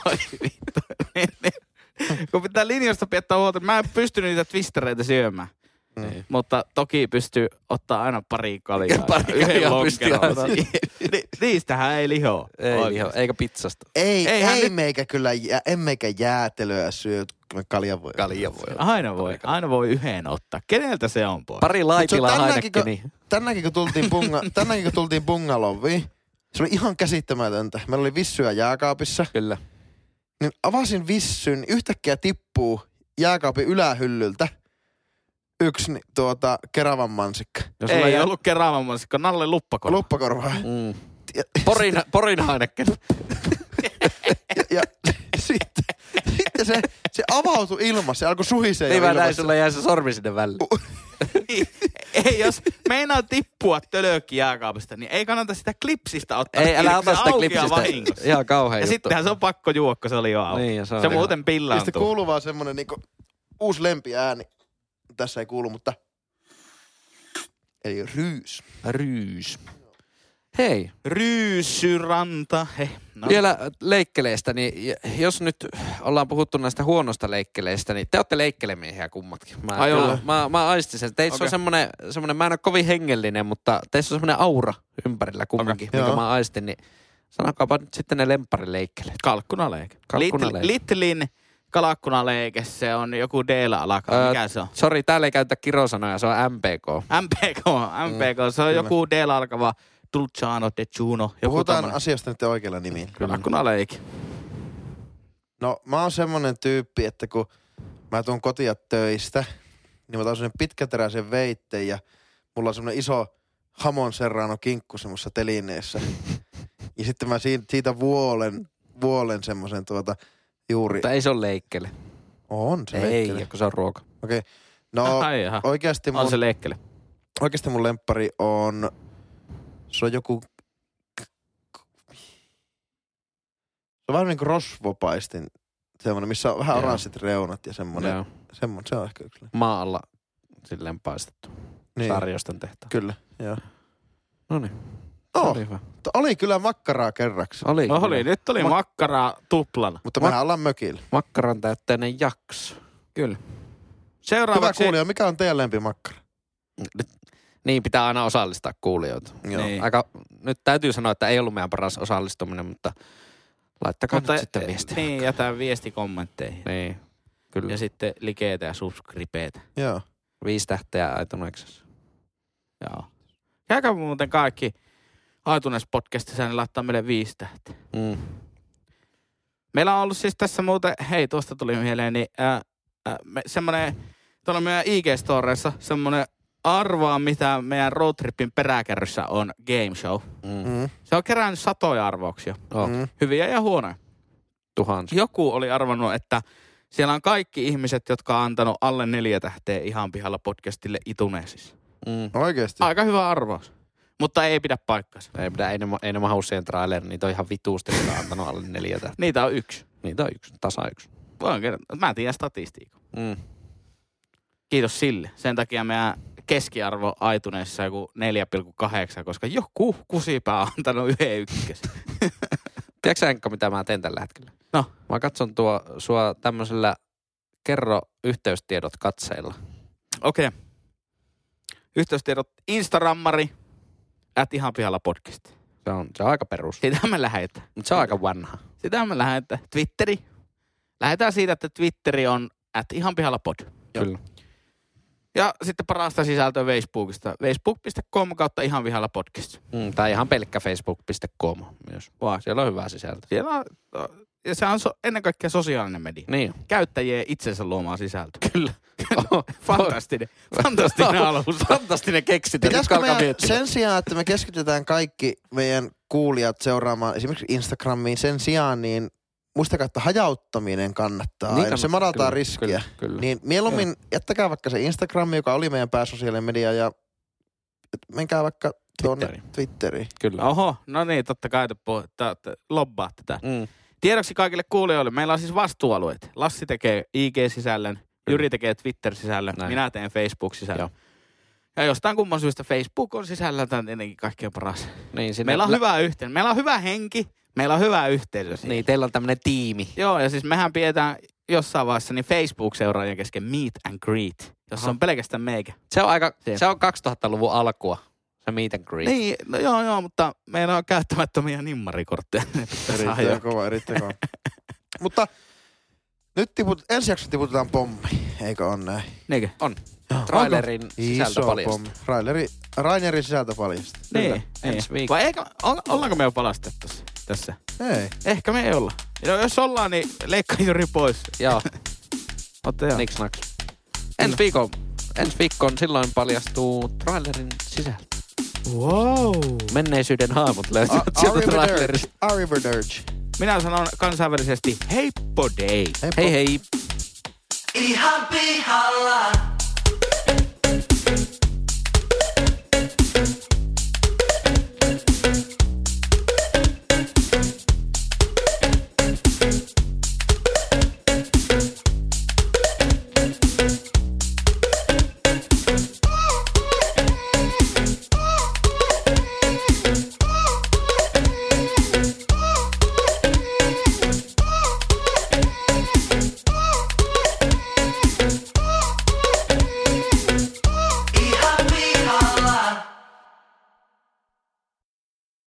Ai, vittu. Niin, niin. kun pitää linjoista piettää huolta, niin mä en pystynyt niitä twistereitä syömään. Niin. Mutta toki pystyy ottaa aina pari kaljaa. Pari Yhden kaljaa pystyy lonkeron. aina. Ni, niistähän ei lihoa. Ei, Oikein. liho, eikä pizzasta. ei, Eihän ei nyt- meikä kyllä, jä, en meikä jäätelöä syö, kyllä kalja voi. Kalja voi olla. Aina voi, aina voi yhden ottaa. Keneltä se on pois? Pari Mut laitilaa se on tänäänkin, ainakin. kun- Niin. Tänäänkin kun tultiin, bunga, tänäänkin, kun tultiin bungaloviin, se oli ihan käsittämätöntä. Meillä oli vissyä jääkaapissa, Kyllä. niin avasin vissyn, yhtäkkiä tippuu jääkaapin ylähyllyltä yksi ni- tuota, keravan mansikka. Jos Ei ei, ei ole- ollut keräämässä, kun Nalle luppakon. Luppakorvaa. Mm. Ja, Porin, porin Heineken. ja, ja sitten, sitten se, se avautui ilmassa, se alkoi suhisee Niin jo mä näin, ilmassa. sulla jäi se sormi sinne väliin. Niin. ei, jos meinaa tippua tölökki jääkaapista, niin ei kannata sitä klipsistä ottaa. Ei, älä kiinni, ota kun se sitä aukeaa klipsistä. vahingossa. Ihan kauhean Ja juttu. sittenhän se on pakko juo, kun se oli jo auki. Niin, ja se se, on se ihan- muuten Ja sitten pillaantuu. kuuluu vaan semmonen niinku uusi lempiääni. Tässä ei kuulu, mutta... Eli ryys. Ryys. Hei, Ryysyranta, he. No. Vielä leikkeleistä, niin j- jos nyt ollaan puhuttu näistä huonosta leikkeleistä, niin te olette leikkelemiehiä kummatkin. Mä, Ai kyllä, ollaan. mä, mä aistin sen. Teissä okay. on Okei. semmoinen, semmoinen, mä en ole kovin hengellinen, mutta teissä on semmoinen aura ympärillä kumminkin, okay. Joo. mikä mä aistin. Niin sanokaapa nyt sitten ne lempparileikkeleet. Kalkkunaleike. Kalkkunaleike. Litl- Litlin kalkkunaleike, se on joku D-alaka. Ö, Mikä se on? Sori, täällä ei käytä kirosanoja, se on MPK. MPK, MPK. Se on Kyllä. joku D-alkava Dulciano de Juno. Joku Puhutaan tämmönen. asiasta nyt oikealla nimillä. Kalkkunaleike. No mä oon semmonen tyyppi, että kun mä tuun kotia töistä, niin mä otan semmonen pitkäteräisen veitteen ja mulla on semmonen iso hamon serrano kinkku semmosessa telineessä. Ja sitten mä siitä, siitä vuolen, vuolen semmosen tuota juuri... Mutta ei se ole leikkele. On se Ei, leikkele. kun se on ruoka. Okei. Okay. No Ai jaha. oikeasti mun, On se leikkele. oikeasti mun lemppari on... Se on joku... Se on vähän niinku rosvopaistin semmonen, missä on vähän Joo. oranssit reunat ja semmonen. Joo. Semmoinen, se on ehkä yksi. Maalla silleen paistettu. Niin. Sarjosten tehtaan. Kyllä, joo. No niin, No, oli hyvä. mutta oli kyllä makkaraa kerraksi. Oli, No kyllä. oli, nyt oli Ma- makkaraa tuplana. Mutta mehän ollaan mökillä. makkaran täytteinen jakso. Kyllä. Hyvä Seuraavaksi... kuulija, mikä on teidän lempimakkara? Niin pitää aina osallistaa kuulijoita. Niin. Aika, nyt täytyy sanoa, että ei ollut meidän paras osallistuminen, mutta laittakaa mutta, nyt sitten viestiä. Niin, jätä viesti kommentteihin. niin. Kyllä. Ja sitten likeitä ja subscribeitä. Joo. Viisi tähteä iTunesissa. Joo. Käykää muuten kaikki iTunes podcastissa, niin laittaa meille viisi tähteä. Mm. Meillä on ollut siis tässä muuten, hei tuosta tuli mieleen, niin ää, ää, me, semmonen, tuolla meidän IG-storeissa semmonen arvaa, mitä meidän roadtripin peräkärryssä on game show. Mm. Mm. Se on kerännyt satoja arvauksia, Oh, mm. Mm. hyviä ja huonoja. Tuhansia. Joku oli arvannut, että siellä on kaikki ihmiset, jotka on antanut alle neljä tähteä ihan pihalla podcastille ituneesissa. Mm. Oikeesti. Aika hyvä arvaus, mutta ei pidä paikkaansa. Ei, pidä, ei, ne, ma- ei ne mahu siihen traileriin, niitä on ihan vituusti, mitä on antanut alle neljä tähteä. Niitä on yksi. Niitä on yksi, tasa yksi. Voin kertoa. Mä tiedän statistiikan. Mm. Kiitos sille. Sen takia meidän keskiarvo aituneessa joku 4,8, koska joku kusipää on antanut yhden ykkösen. Tiedätkö Enkka, mitä mä teen tällä hetkellä? No. Mä katson tuo sua tämmöisellä kerro yhteystiedot katseilla. Okei. Okay. Yhteystiedot Instagrammari, at ihan pihalla podcast. Se on, se on aika perus. Sitä me lähetään. Mutta se on aika vanha. Sitä me lähetään. Twitteri. Lähetään siitä, että Twitteri on at ihan pihalla pod. Kyllä. Ja sitten parasta sisältöä Facebookista. Facebook.com kautta ihan pihalla podcast. Mm, tai ihan pelkkä facebook.com myös. Vaan. Siellä on hyvää sisältöä. Siellä on, ja se on so, ennen kaikkea sosiaalinen media. Niin. käyttäjien itsensä luomaa sisältöä. Kyllä. Fantastinen. Fantastinen alusta. Fantastinen keksintö. Nyt Pitäisikö alkaa meidän, miettiä. sen sijaan, että me keskitytään kaikki meidän kuulijat seuraamaan esimerkiksi Instagramiin, sen sijaan niin muistakaa, että hajauttaminen kannattaa. Niin aina. se kannattaa, madaltaa kyllä, riskiä. Kyllä, kyllä. Niin. Niin mieluummin jättäkää vaikka se Instagram, joka oli meidän pääsosiaalinen media ja menkää vaikka tuonne Twitteriin. Twitteriin. kyllä. Oho, no niin, totta kai te, puh- te, te lobbaa tätä. Mm. Tiedoksi kaikille kuulijoille, meillä on siis vastuualueet. Lassi tekee IG-sisällön, Jyri tekee Twitter-sisällön, Näin. minä teen Facebook-sisällön. Joo. Ja jostain kumman syystä Facebook on sisällöltään tietenkin kaikkein paras. Niin, sinne Meillä on lä- hyvä yhteen. Meillä on hyvä henki, meillä on hyvä yhteisö. siis. siinä. Niin, teillä on tämmönen tiimi. Joo, ja siis mehän pidetään jossain vaiheessa niin Facebook-seuraajien kesken Meet and Greet, jossa on pelkästään meikä. Se on aika, Siinä. se on 2000-luvun alkua. Se meet and greet. Niin, no joo, joo, mutta meillä on käyttämättömiä nimmarikortteja. Ne pitäisi ajaa. Erittäin kova, erittäin kova. Mutta nyt tiput, ensi jakso tiputetaan pommi, eikö on näin? Niinkö? On. Trailerin sisältö paljastuu. Raineri, Rainerin sisältö paljasta. Niin, ensi niin. viikolla. Vai eikö, on, ollaanko me jo palastettu se- tässä? Ei. Ehkä me ei olla. No, jos ollaan, niin leikkaa juuri pois. Joo, Otta joo. niks naks. Ensi viikon, ensi viikon silloin paljastuu trailerin sisältö. Wow. Menneisyyden haamut A- löytyvät sieltä Arrivederci. trailerista. Arrivederci. Minä sanon kansainvälisesti heippo day. Hei hei. Ihan pihalla.